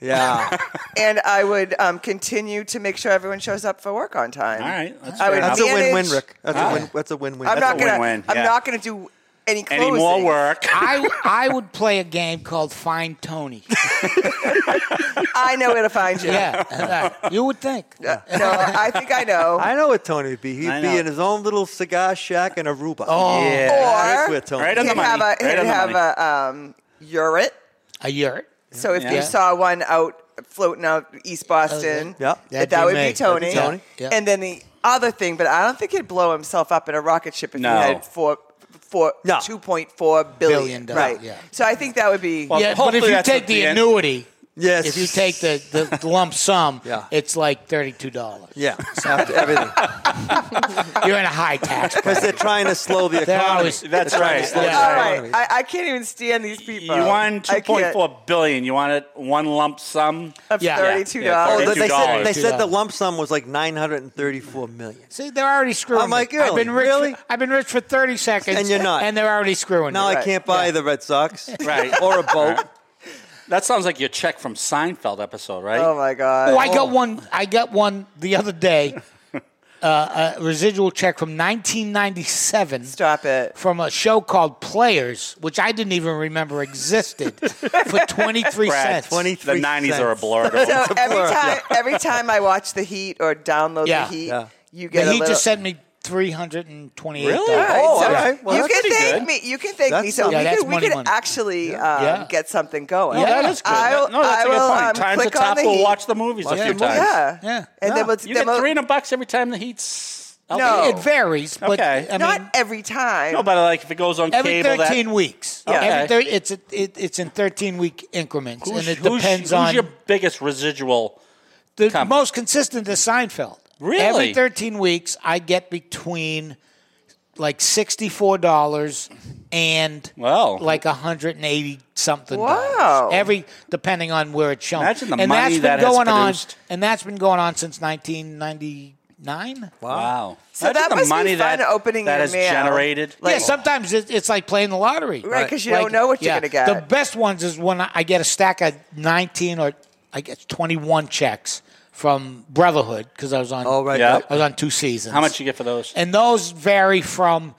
Speaker 5: Yeah,
Speaker 6: and I would um, continue to make sure everyone shows up for work on time.
Speaker 4: All right, that's
Speaker 6: I would
Speaker 4: fair enough.
Speaker 5: that's a win-win,
Speaker 6: manage-
Speaker 5: Rick. That's a win. That's a win-win.
Speaker 6: I'm
Speaker 5: That's a
Speaker 6: not
Speaker 4: a
Speaker 6: gonna.
Speaker 4: win-win,
Speaker 6: I'm
Speaker 4: yeah.
Speaker 6: not gonna do any
Speaker 4: Any
Speaker 6: closing.
Speaker 4: more work?
Speaker 7: I, I would play a game called Find Tony.
Speaker 6: I know where to find you.
Speaker 7: Yeah. yeah. You would think.
Speaker 6: No, I think I know.
Speaker 5: I know what Tony would be.
Speaker 4: I
Speaker 5: He'd
Speaker 4: know.
Speaker 5: be in his own little cigar shack in Aruba.
Speaker 7: Oh.
Speaker 4: Yeah.
Speaker 5: that's
Speaker 6: Or-
Speaker 5: where Tony.
Speaker 4: Right on
Speaker 6: he'd
Speaker 4: the money.
Speaker 6: have a
Speaker 4: Right
Speaker 6: he'd
Speaker 4: on the
Speaker 6: have
Speaker 4: money.
Speaker 6: a um, urit.
Speaker 7: A yurt.
Speaker 6: So if
Speaker 4: Yeah.
Speaker 6: you saw one out floating out
Speaker 7: Oh,
Speaker 6: East Boston,
Speaker 5: Yeah.
Speaker 6: that,
Speaker 7: That'd
Speaker 6: that
Speaker 7: be
Speaker 6: would
Speaker 7: me.
Speaker 6: be Tony.
Speaker 7: That'd be Tony. Yeah.
Speaker 6: And then the other thing, but I don't think he'd blow himself up in a rocket ship if
Speaker 4: No.
Speaker 6: he had four. Four,
Speaker 5: No.
Speaker 6: 2.4 billion,
Speaker 7: Billion dollar,
Speaker 6: right
Speaker 7: yeah.
Speaker 6: so i think that would be
Speaker 4: Well,
Speaker 7: yeah, but
Speaker 4: hopefully
Speaker 7: if you
Speaker 4: that's
Speaker 7: take
Speaker 4: at
Speaker 7: the
Speaker 4: the end.
Speaker 7: annuity,
Speaker 5: Yes.
Speaker 7: if you take the, the lump sum,
Speaker 5: Yeah.
Speaker 7: it's like $32.
Speaker 5: Yeah, after everything.
Speaker 7: You're in a high tax
Speaker 5: Because
Speaker 7: bracket.
Speaker 5: they're trying to slow the
Speaker 7: They're
Speaker 5: economy.
Speaker 7: always-
Speaker 4: That's
Speaker 5: They're trying
Speaker 4: right.
Speaker 5: to slow the
Speaker 7: Yeah.
Speaker 6: all
Speaker 7: All
Speaker 5: economy.
Speaker 6: right I, I can't even stand these
Speaker 4: You
Speaker 6: people
Speaker 4: won
Speaker 6: I can't.
Speaker 4: 2.4 billion. You wanted one lump sum?
Speaker 6: of
Speaker 7: Yeah.
Speaker 6: $32
Speaker 4: Yeah.
Speaker 5: Oh,
Speaker 4: Yeah.
Speaker 5: they, they said, they
Speaker 7: $32.
Speaker 5: said the lump sum was like 934 million.
Speaker 7: See, they're already screwing.
Speaker 5: I'm like,
Speaker 7: me. I've been
Speaker 5: really?
Speaker 7: rich.
Speaker 5: Really?
Speaker 7: For, I've been rich for 30 seconds,
Speaker 5: And you're not.
Speaker 7: And they're already screwing.
Speaker 5: Now
Speaker 7: me.
Speaker 5: I can't buy the Red Sox
Speaker 4: Right.
Speaker 5: or a boat.
Speaker 4: That sounds like your check from Seinfeld episode, right?
Speaker 6: oh my god
Speaker 7: Oh, I got one. I got one the other day. Uh, a residual check from 1997.
Speaker 6: stop it
Speaker 7: From a show called Players, which I didn't even remember existed, for 23
Speaker 4: Brad,
Speaker 7: cents.
Speaker 5: 20
Speaker 4: the
Speaker 5: 23
Speaker 4: 90s
Speaker 5: cents.
Speaker 4: are a blur. to
Speaker 6: so
Speaker 4: all.
Speaker 6: every time every time i watch the heat or download
Speaker 7: Yeah.
Speaker 6: the heat
Speaker 5: Yeah.
Speaker 6: you get
Speaker 7: And
Speaker 6: a
Speaker 7: he
Speaker 6: little-
Speaker 7: just sent me three hundred and twenty-eight.
Speaker 4: Really?
Speaker 6: All right,
Speaker 5: Oh,
Speaker 6: so
Speaker 5: okay. Well,
Speaker 6: you
Speaker 5: that's
Speaker 6: can
Speaker 5: pretty
Speaker 6: thank
Speaker 4: good.
Speaker 6: me. You can thank me.
Speaker 5: That's-
Speaker 6: So
Speaker 5: yeah,
Speaker 6: we
Speaker 7: that's
Speaker 6: could, we
Speaker 7: money,
Speaker 6: could
Speaker 7: money.
Speaker 6: actually um,
Speaker 7: Yeah.
Speaker 6: get something going.
Speaker 7: Yeah, that is good.
Speaker 6: I'll,
Speaker 4: no, that's
Speaker 6: I
Speaker 4: a good
Speaker 6: will,
Speaker 4: point.
Speaker 6: um,
Speaker 4: Times the
Speaker 6: click on
Speaker 4: top,
Speaker 6: the
Speaker 4: we'll
Speaker 6: heat.
Speaker 4: watch the movies a
Speaker 5: Yeah,
Speaker 4: few
Speaker 5: well,
Speaker 4: times.
Speaker 6: Yeah.
Speaker 7: Yeah.
Speaker 6: And
Speaker 5: Yeah.
Speaker 6: then we'll,
Speaker 4: You
Speaker 6: then
Speaker 4: get
Speaker 6: we'll,
Speaker 4: three hundred bucks every time the heat's. out
Speaker 6: No.
Speaker 4: there.
Speaker 7: It varies, but
Speaker 4: Oh, Okay.
Speaker 7: I mean,
Speaker 6: not every time.
Speaker 4: No, but like if it goes on
Speaker 7: every
Speaker 4: cable, that-
Speaker 7: thirteen weeks.
Speaker 4: Okay.
Speaker 7: Every thir- it's a, it, it's in thirteen week increments,
Speaker 4: who's,
Speaker 7: and it
Speaker 4: who's-
Speaker 7: depends
Speaker 4: who's
Speaker 7: on
Speaker 4: your biggest residual.
Speaker 7: the
Speaker 4: Come.
Speaker 7: most consistent is Seinfeld.
Speaker 4: Really?
Speaker 7: Every 13 weeks, I get between like $64 and
Speaker 4: Wow.
Speaker 7: like 180 something.
Speaker 6: Wow.
Speaker 7: Dollars. Every depending on where it's shown.
Speaker 4: Imagine the
Speaker 7: and
Speaker 4: money
Speaker 7: that's been
Speaker 4: that has
Speaker 7: going on
Speaker 4: produced.
Speaker 7: and that's been going on since 1999.
Speaker 4: Wow.
Speaker 6: So that
Speaker 4: the
Speaker 6: must be
Speaker 4: money
Speaker 6: fun
Speaker 4: that
Speaker 6: opening
Speaker 4: that
Speaker 6: your
Speaker 4: has
Speaker 6: mail.
Speaker 4: generated.
Speaker 7: yeah, sometimes it, it's like playing the lottery.
Speaker 6: Right, 'cause you don't know what you're gonna get.
Speaker 7: The best ones is when I I get a stack of 19 or I guess 21 checks from Brotherhood because I was on.
Speaker 5: Oh, right.
Speaker 4: Yeah.
Speaker 7: I was on two seasons.
Speaker 4: How much you get for those?
Speaker 7: And those vary from,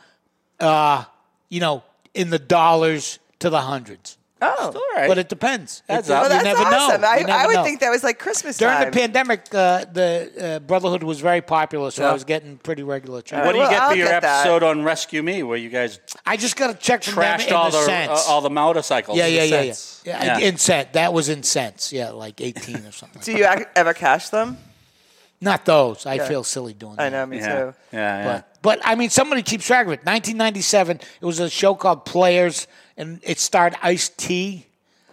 Speaker 7: uh, you know, in the dollars to the hundreds.
Speaker 6: oh,
Speaker 4: All right.
Speaker 7: But it depends.
Speaker 4: Adds
Speaker 7: It-
Speaker 4: up.
Speaker 6: well,
Speaker 7: you
Speaker 6: that's
Speaker 7: never know.
Speaker 6: awesome.
Speaker 7: You
Speaker 6: I,
Speaker 7: never
Speaker 6: I would
Speaker 7: know.
Speaker 6: think that was like Christmas
Speaker 7: during
Speaker 6: time.
Speaker 7: the pandemic, uh, the uh, Brotherhood was very popular, so
Speaker 5: Yeah.
Speaker 7: I was getting pretty regular checks.
Speaker 4: what do you
Speaker 6: Well,
Speaker 4: get for
Speaker 6: I'll
Speaker 4: your
Speaker 6: get that.
Speaker 4: episode on Rescue Me, where you guys
Speaker 7: I just got a check from them
Speaker 4: trashed
Speaker 7: in
Speaker 4: all
Speaker 7: the,
Speaker 4: the, uh,
Speaker 7: cents.
Speaker 4: all the motorcycles?
Speaker 7: yeah, yeah,
Speaker 4: The
Speaker 7: yeah, yeah,
Speaker 4: cents.
Speaker 7: yeah. In cents, that was in cents. Yeah, like eighteen or something.
Speaker 6: Do you ac- ever cash them?
Speaker 7: Not those. I feel silly doing.
Speaker 6: I
Speaker 7: that.
Speaker 6: know, me
Speaker 4: yeah,
Speaker 6: too.
Speaker 4: yeah, yeah.
Speaker 7: But, but I mean, somebody keeps track of it. 1997, it was a show called Players, and it starred Ice T.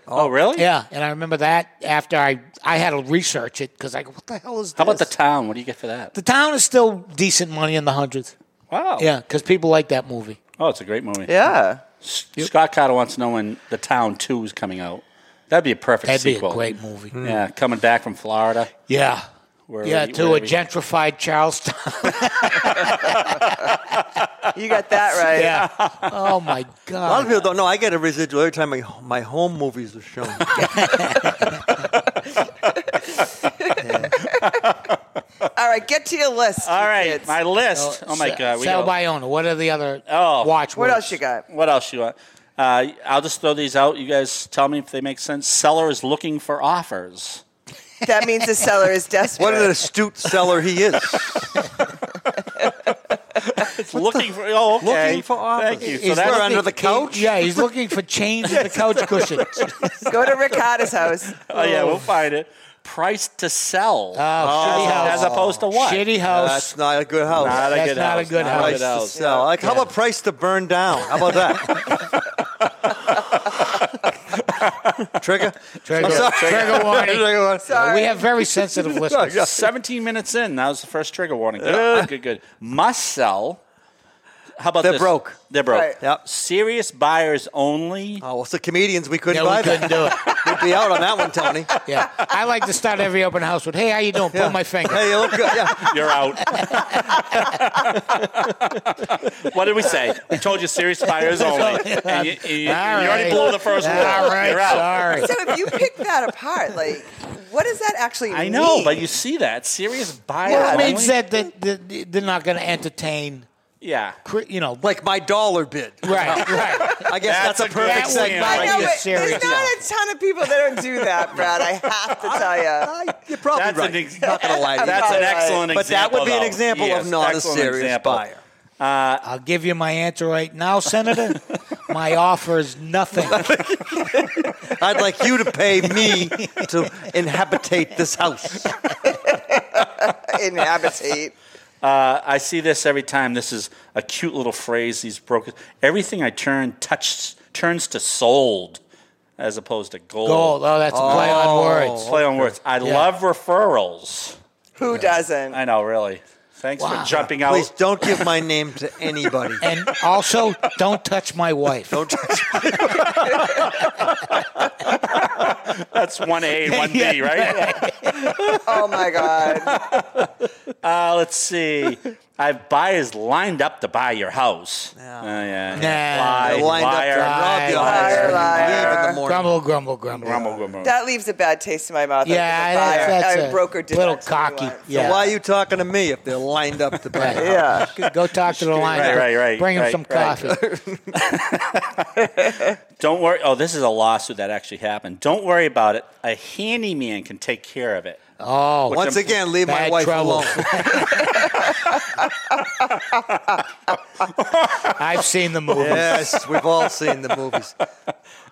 Speaker 4: Oh, really?
Speaker 7: Yeah, and I remember that after I I had to research it because I go, what the hell is this?
Speaker 4: How about the town? What do you get for that?
Speaker 7: the town is still decent money in the hundreds.
Speaker 4: Wow.
Speaker 7: Yeah, because people like that movie.
Speaker 4: Oh, it's a great movie.
Speaker 6: Yeah.
Speaker 4: S- Scott Carter wants to know when the town two is coming out. That'd be a perfect
Speaker 7: That'd
Speaker 4: sequel. Mm-hmm.
Speaker 7: be a great movie.
Speaker 4: Yeah, coming back from Florida.
Speaker 7: Yeah.
Speaker 4: Where
Speaker 7: yeah,
Speaker 4: we-
Speaker 7: to
Speaker 4: where
Speaker 7: a
Speaker 4: we-
Speaker 7: gentrified Charleston.
Speaker 6: You got that right.
Speaker 7: yeah. Oh my
Speaker 5: A lot of
Speaker 7: God.
Speaker 5: people don't know. I get a residual every time my, my home movies are shown.
Speaker 6: All right, get to your list.
Speaker 4: All
Speaker 6: you
Speaker 4: right,
Speaker 6: kids.
Speaker 4: my list. Oh my
Speaker 7: Sa-
Speaker 4: God, we
Speaker 7: Sal
Speaker 4: go.
Speaker 7: Bayona. What are the other
Speaker 4: Oh.
Speaker 7: watch
Speaker 6: what
Speaker 7: words?
Speaker 6: else you got?
Speaker 4: What else you want? Uh, I'll just throw these out. You guys tell me if they make sense. Seller is looking for offers.
Speaker 6: That means the seller is desperate.
Speaker 5: what an astute seller he is.
Speaker 4: It's looking for. Oh, okay.
Speaker 5: Looking for offers.
Speaker 4: Thank you. So
Speaker 5: Is
Speaker 4: that's
Speaker 5: there under
Speaker 7: He-
Speaker 5: the couch?
Speaker 7: he- yeah, he's looking for change in the couch cushion.
Speaker 6: Oh, Go to Ricotta's house.
Speaker 4: Oh yeah, we'll find it. Price to sell.
Speaker 7: Oh, shitty house.
Speaker 4: As opposed to what?
Speaker 7: Shitty house.
Speaker 5: That's not a good house.
Speaker 4: Not a
Speaker 7: That's
Speaker 4: good
Speaker 7: not a
Speaker 4: house.
Speaker 7: good
Speaker 4: Not a
Speaker 5: price
Speaker 4: good
Speaker 5: to
Speaker 4: house.
Speaker 5: sell. Like, how about price to burn down? How about that? Trigger.
Speaker 7: Trigger,
Speaker 5: I'm sorry.
Speaker 7: trigger warning.
Speaker 5: Trigger warning.
Speaker 7: We have very sensitive listeners.
Speaker 4: 17 minutes in. That was the first trigger warning. Good, good, good. Must sell. How about
Speaker 5: They're
Speaker 4: this?
Speaker 5: broke.
Speaker 4: Uh. They're broke.
Speaker 6: Right.
Speaker 5: Yep.
Speaker 4: Serious buyers only.
Speaker 5: Oh, well, so comedians, we couldn't
Speaker 7: Yeah,
Speaker 5: buy
Speaker 7: we couldn't
Speaker 5: that.
Speaker 7: do it.
Speaker 5: We'd be out on that one, Tony.
Speaker 7: Yeah, I like to start every open house with, "Hey, how you doing? Pull my finger."
Speaker 5: Hey, you look good. Yeah.
Speaker 4: You're out. what did we say? We told you serious buyers only. And you, and you- you already
Speaker 7: right.
Speaker 4: blew the first one.
Speaker 7: All right,
Speaker 4: You're out.
Speaker 7: sorry.
Speaker 6: So if you pick that apart, like, what does that actually
Speaker 4: I know,
Speaker 6: mean?
Speaker 4: but you see that serious buyers
Speaker 7: Well, it
Speaker 4: only.
Speaker 7: means that that- that they're not going to entertain,
Speaker 4: yeah.
Speaker 7: cri- you know.
Speaker 5: Like my dollar bid.
Speaker 7: Right, right.
Speaker 5: I
Speaker 4: That's
Speaker 5: guess that's,
Speaker 4: a
Speaker 5: a
Speaker 4: good
Speaker 5: perfect
Speaker 4: one.
Speaker 5: segue.
Speaker 6: I
Speaker 4: like,
Speaker 6: know,
Speaker 4: you're
Speaker 6: but
Speaker 7: serious.
Speaker 6: there's not a ton of people that don't do that, Brad. I have to tell you.
Speaker 5: I- You're probably
Speaker 4: That's
Speaker 5: right.
Speaker 4: an ex-
Speaker 5: not gonna lie to
Speaker 4: That's
Speaker 5: you.
Speaker 4: an excellent
Speaker 5: But that
Speaker 4: example.
Speaker 5: would be an
Speaker 4: though.
Speaker 5: example
Speaker 4: Yes,
Speaker 5: of not a
Speaker 4: excellent
Speaker 5: serious
Speaker 4: example.
Speaker 5: buyer.
Speaker 7: I'll give you my answer right now, Senator. My offer is nothing.
Speaker 5: I'd like you to pay me to inhabitate this house.
Speaker 6: Inhabitate.
Speaker 4: I see this every time. This is a cute little phrase. These broken. Everything I turn touch turns to sold, as opposed to gold.
Speaker 7: Gold. Oh, that's a play on
Speaker 5: Oh,
Speaker 7: words.
Speaker 4: Play on words. I love referrals.
Speaker 6: Who doesn't?
Speaker 4: I know, really. Thanks for jumping out.
Speaker 5: Please don't give my name to anybody.
Speaker 7: And also, don't touch my wife.
Speaker 5: Don't touch me.
Speaker 4: That's one A, one B, right?
Speaker 6: Oh my God.
Speaker 4: Uh, let's see. I have buyers lined up to buy your house. Oh, yeah. yeah.
Speaker 7: Nah.
Speaker 4: Lie,
Speaker 5: They're lined up
Speaker 4: liar,
Speaker 5: to rob you.
Speaker 7: Liar,
Speaker 5: Leave in
Speaker 6: liar.
Speaker 5: the morning.
Speaker 7: Grumble, grumble, grumble.
Speaker 4: grumble, grumble.
Speaker 6: That leaves a bad taste in my mouth.
Speaker 7: Yeah,
Speaker 6: I'm a
Speaker 7: that's,
Speaker 6: buyer.
Speaker 7: that's
Speaker 6: I
Speaker 7: a
Speaker 6: broker did
Speaker 7: little
Speaker 6: that to me
Speaker 7: cocky.
Speaker 6: once.
Speaker 7: Yeah.
Speaker 5: Why are you talking to me if they're lined up to buy?
Speaker 7: Right.
Speaker 6: Yeah.
Speaker 7: Go talk to the line.
Speaker 4: Right, right, right,
Speaker 7: Bring him
Speaker 4: right,
Speaker 7: some
Speaker 4: right.
Speaker 7: coffee.
Speaker 4: Don't worry. Oh, this is a lawsuit that actually happened. Don't worry about it. A handyman can take care aware of it.
Speaker 7: Oh,
Speaker 4: Which
Speaker 5: Once
Speaker 4: I'm-
Speaker 5: again, leave my
Speaker 7: Bad
Speaker 5: wife
Speaker 7: trouble.
Speaker 5: alone.
Speaker 7: I've seen the movie.
Speaker 5: yes, we've all seen the movies.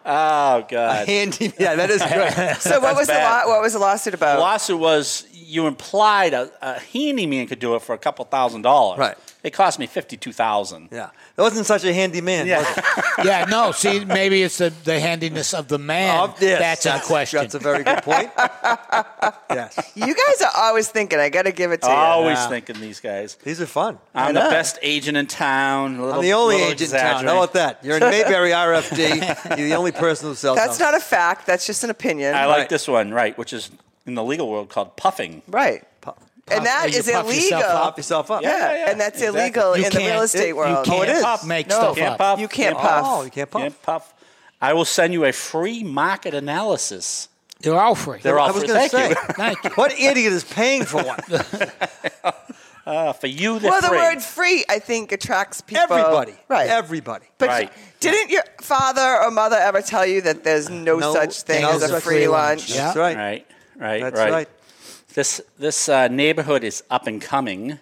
Speaker 4: Oh god.
Speaker 5: Handy, yeah, that is good.
Speaker 6: So what was
Speaker 4: bad.
Speaker 6: the lo- what was the lawsuit about?
Speaker 4: The lawsuit was you implied a, a handy man could do it for a couple thousand dollars.
Speaker 5: Right.
Speaker 4: It cost me fifty two thousand.
Speaker 5: Yeah, that wasn't such a handy man.
Speaker 4: Yeah.
Speaker 5: was it?
Speaker 7: yeah, no. See, maybe it's the, the handiness of the man
Speaker 5: Oh, yes,
Speaker 7: that's, in question.
Speaker 5: That's a very good point. yes,
Speaker 6: you guys are always thinking. I got to give it to you.
Speaker 4: Always
Speaker 5: Yeah.
Speaker 4: thinking these guys.
Speaker 5: these are fun.
Speaker 4: I'm the best agent in town. a
Speaker 5: I'm
Speaker 4: little-
Speaker 5: the only
Speaker 4: little
Speaker 5: agent in town. How about that? You're in Mayberry RFD. You're the only person who sells.
Speaker 6: That's
Speaker 5: them.
Speaker 6: not a fact. That's just an opinion.
Speaker 4: I like
Speaker 5: Right.
Speaker 4: this one, right? Which is in the legal world called puffing.
Speaker 6: right. and that
Speaker 7: you
Speaker 6: is
Speaker 7: puff yourself
Speaker 6: illegal.
Speaker 5: Pop yourself up.
Speaker 6: Oh. Yeah,
Speaker 4: Yeah, yeah,
Speaker 6: and that's
Speaker 4: exactly.
Speaker 6: illegal
Speaker 7: You
Speaker 6: in the
Speaker 7: can't-
Speaker 6: real estate
Speaker 7: you
Speaker 6: world.
Speaker 7: can't
Speaker 5: Oh, it is.
Speaker 7: puff, make
Speaker 6: No.
Speaker 7: stuff
Speaker 4: Can't
Speaker 7: up.
Speaker 4: puff.
Speaker 6: You can't puff.
Speaker 5: Oh, you can't puff.
Speaker 4: Can't puff. I will send you a free market analysis.
Speaker 7: They're all free.
Speaker 4: They're all
Speaker 5: I was
Speaker 4: free.
Speaker 5: going to
Speaker 4: Thank
Speaker 5: say,
Speaker 4: you.
Speaker 7: Thank you.
Speaker 5: what idiot is paying for one?
Speaker 4: Uh, for you, they're
Speaker 6: Well, the
Speaker 4: free.
Speaker 6: word "free" I think attracts people.
Speaker 5: Everybody,
Speaker 6: right?
Speaker 5: Everybody.
Speaker 6: But
Speaker 4: Right.
Speaker 6: didn't your father or mother ever tell you that there's no,
Speaker 5: No-
Speaker 6: such thing
Speaker 5: no
Speaker 6: as a
Speaker 5: such
Speaker 6: free
Speaker 5: thing.
Speaker 6: lunch?
Speaker 7: Yeah.
Speaker 5: That's right.
Speaker 4: Right, right,
Speaker 5: That's
Speaker 4: right.
Speaker 5: right.
Speaker 4: This this uh, neighborhood is up and coming.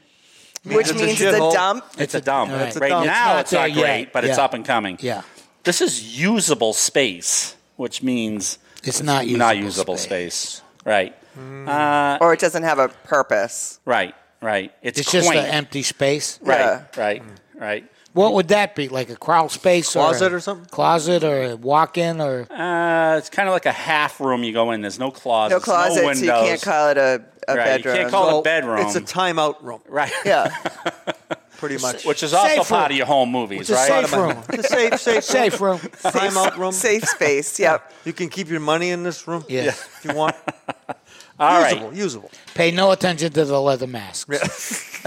Speaker 6: Which
Speaker 5: It's a
Speaker 6: means it's
Speaker 5: shithole.
Speaker 6: a dump.
Speaker 4: It's, a dump.
Speaker 7: all
Speaker 4: Right,
Speaker 7: right. It's a
Speaker 5: dump.
Speaker 4: now, it's
Speaker 7: It's not
Speaker 4: not,
Speaker 7: there
Speaker 4: great,
Speaker 7: yet.
Speaker 4: but it's
Speaker 7: Yeah.
Speaker 4: up and coming.
Speaker 7: Yeah.
Speaker 4: This is usable space, which means
Speaker 7: It's not usable.
Speaker 4: not usable space. Right, Uh,
Speaker 6: or it doesn't have a purpose.
Speaker 4: right, right. It's,
Speaker 7: It's
Speaker 4: quaint.
Speaker 7: just an empty Mm. space.
Speaker 4: right,
Speaker 6: Yeah.
Speaker 4: right, right.
Speaker 7: What would that be? Like a crawl space,
Speaker 5: Closet
Speaker 7: or, a
Speaker 5: or something?
Speaker 7: Closet or a walk-in or
Speaker 4: Uh, it's kind of like a half room you go in. There's no closets,
Speaker 6: No closet,
Speaker 4: uh, windows.
Speaker 6: so you can't call it a, a
Speaker 4: Right, you can't
Speaker 6: bedroom.
Speaker 4: call it a
Speaker 5: So
Speaker 4: bedroom.
Speaker 5: It's a timeout room,
Speaker 4: right,
Speaker 6: yeah.
Speaker 5: pretty much.
Speaker 4: which is also
Speaker 7: Safe
Speaker 4: part
Speaker 7: room.
Speaker 4: of your home movies,
Speaker 7: It's a
Speaker 4: right?
Speaker 7: safe room.
Speaker 5: It's a safe, safe,
Speaker 7: Safe room.
Speaker 5: Timeout room.
Speaker 6: Safe space. Yep.
Speaker 5: You can keep your money in this room.
Speaker 7: Yeah.
Speaker 5: If you want.
Speaker 4: All right.
Speaker 5: usable, usable.
Speaker 7: Pay no attention to the leather masks.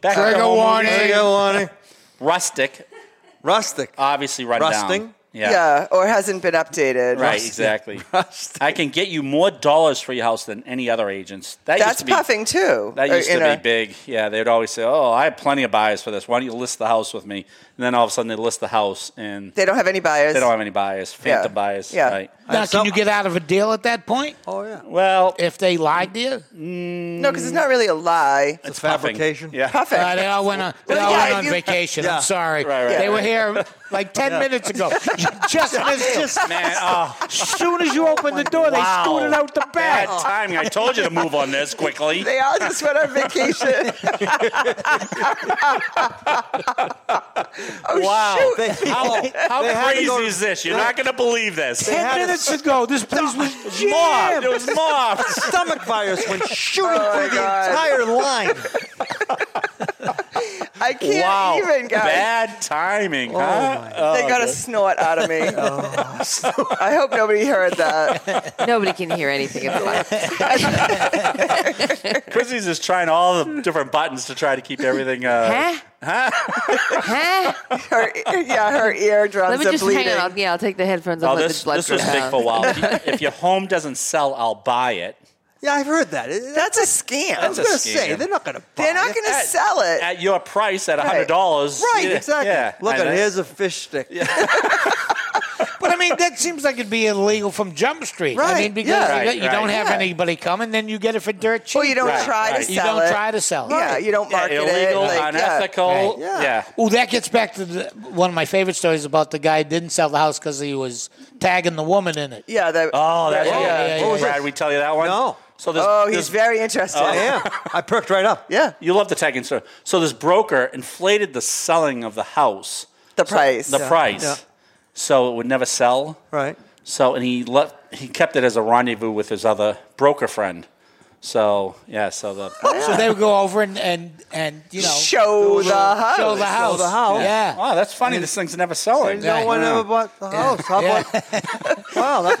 Speaker 4: Back to
Speaker 7: Trigger
Speaker 4: home movies.
Speaker 7: warning.
Speaker 5: There you go, Lonnie.
Speaker 4: Rustic,
Speaker 5: Rustic.
Speaker 4: obviously run down.
Speaker 5: Rusting?
Speaker 6: Yeah. Or hasn't been updated.
Speaker 4: Right, exactly.
Speaker 5: Rustic.
Speaker 4: I can get you more dollars for your house than any other agents. That used
Speaker 6: That's
Speaker 4: to be,
Speaker 6: puffing too.
Speaker 4: That
Speaker 6: Or
Speaker 4: used
Speaker 6: in
Speaker 4: to be
Speaker 6: a-
Speaker 4: big. Yeah, they'd always say, "Oh, I have plenty of buyers for this. Why don't you list the house with me?" And then all of a sudden, they list the house and
Speaker 6: They don't have any buyers.
Speaker 4: they don't have any buyers, phantom
Speaker 6: Yeah.
Speaker 4: buyers.
Speaker 6: Yeah.
Speaker 4: Right.
Speaker 7: Now,
Speaker 5: So-
Speaker 7: can you get out of a deal at that point
Speaker 5: Oh yeah.
Speaker 4: Well,
Speaker 7: if they lied to you?
Speaker 6: no, because it's not really a lie.
Speaker 5: It's
Speaker 4: puffing.
Speaker 5: fabrication.
Speaker 4: Yeah.
Speaker 6: Puffing.
Speaker 7: Uh, they all went on. They
Speaker 6: Well,
Speaker 7: all
Speaker 6: yeah,
Speaker 7: went on
Speaker 6: you-
Speaker 7: vacation.
Speaker 5: Yeah.
Speaker 7: I'm sorry.
Speaker 4: Right, right,
Speaker 7: they were
Speaker 4: right.
Speaker 7: here like ten minutes ago. You just missed it.
Speaker 4: Man, oh,
Speaker 7: As soon as you opened the
Speaker 4: Wow.
Speaker 7: door, they scooted out the
Speaker 4: bad
Speaker 7: bag.
Speaker 4: timing. I told you to move on this quickly.
Speaker 6: Oh. They all just went on vacation. oh
Speaker 4: Wow.
Speaker 6: shoot!
Speaker 4: How, how
Speaker 5: They had to
Speaker 4: crazy
Speaker 5: go-
Speaker 4: is this? You're not going to believe this.
Speaker 5: They
Speaker 7: Ten
Speaker 5: had
Speaker 7: minutes ago, this place was
Speaker 4: Mobbed.
Speaker 7: jammed.
Speaker 4: It was mobbed.
Speaker 5: Stomach virus went shooting
Speaker 6: Oh, my
Speaker 5: through the
Speaker 6: God.
Speaker 5: entire line.
Speaker 6: I can't
Speaker 4: wow.
Speaker 6: even, guys.
Speaker 4: Bad timing,
Speaker 5: Oh,
Speaker 4: huh? Uh,
Speaker 5: my.
Speaker 6: They got a snort out of me. I hope nobody heard that.
Speaker 8: Nobody can hear anything about it.
Speaker 4: Chrissy's is trying all the different buttons to try to keep everything. Uh,
Speaker 8: Huh? Huh?
Speaker 6: Her, e, yeah, her eardrums
Speaker 8: Let me
Speaker 6: are
Speaker 8: just
Speaker 6: bleeding.
Speaker 8: hang on. Yeah, I'll take the headphones off.
Speaker 4: oh,
Speaker 8: let
Speaker 4: this,
Speaker 8: the blood
Speaker 4: this was
Speaker 8: drip
Speaker 4: big
Speaker 8: out.
Speaker 4: for a while. If you- if your home doesn't sell, I'll buy it.
Speaker 5: Yeah, I've heard that. It-
Speaker 6: That's a scam.
Speaker 5: I was going to say
Speaker 4: scam.
Speaker 5: they're not going to buy.
Speaker 6: They're not
Speaker 5: it.
Speaker 6: going to sell it.
Speaker 4: At your price, at $100.
Speaker 5: Right,
Speaker 4: yeah,
Speaker 5: exactly.
Speaker 4: Yeah,
Speaker 5: Look
Speaker 4: I
Speaker 5: at
Speaker 4: know.
Speaker 5: it. Here's a fish stick.
Speaker 7: But I mean, that seems like it'd be illegal from Jump Street. I
Speaker 5: Right,
Speaker 7: mean, because
Speaker 5: yeah.
Speaker 7: you,
Speaker 4: Right,
Speaker 7: you
Speaker 4: right.
Speaker 7: don't have
Speaker 6: Yeah.
Speaker 7: anybody coming, then you get it for dirt cheap.
Speaker 6: Well, you don't
Speaker 4: Right,
Speaker 6: try
Speaker 4: right.
Speaker 6: to
Speaker 7: You
Speaker 6: sell
Speaker 7: don't
Speaker 6: it.
Speaker 7: try to sell it.
Speaker 6: Yeah, you don't
Speaker 4: Yeah,
Speaker 6: market
Speaker 4: illegal,
Speaker 6: it. Like, yeah.
Speaker 4: unethical.
Speaker 7: Right.
Speaker 4: Yeah.
Speaker 5: Yeah.
Speaker 7: Oh, that gets back to the, one of my favorite stories about the guy who didn't sell the house because he was tagging the woman in it.
Speaker 6: Yeah, that,
Speaker 4: Oh, that's
Speaker 7: Yeah,
Speaker 4: yeah.
Speaker 7: yeah, yeah,
Speaker 4: Brad, we tell you that one?
Speaker 5: No.
Speaker 4: So this,
Speaker 6: oh,
Speaker 4: this-
Speaker 6: he's very interested.
Speaker 5: I am. I perked right up.
Speaker 6: Yeah,
Speaker 4: You love the tagging story. So this broker inflated the selling of the house,
Speaker 6: the price.
Speaker 4: the price,
Speaker 5: yeah.
Speaker 4: so it would never sell.
Speaker 5: Right.
Speaker 4: So and he left. He kept it as a rendezvous with his other broker friend. So yeah. So the
Speaker 7: So they would go over and, and, and you know,
Speaker 6: Show the house.
Speaker 7: show the house.
Speaker 5: the house.
Speaker 7: Yeah.
Speaker 4: wow, that's funny. This thing's never selling.
Speaker 5: No
Speaker 7: Yeah.
Speaker 5: one
Speaker 4: Wow.
Speaker 5: ever bought the house. How
Speaker 7: Yeah.
Speaker 5: about? Wow. That,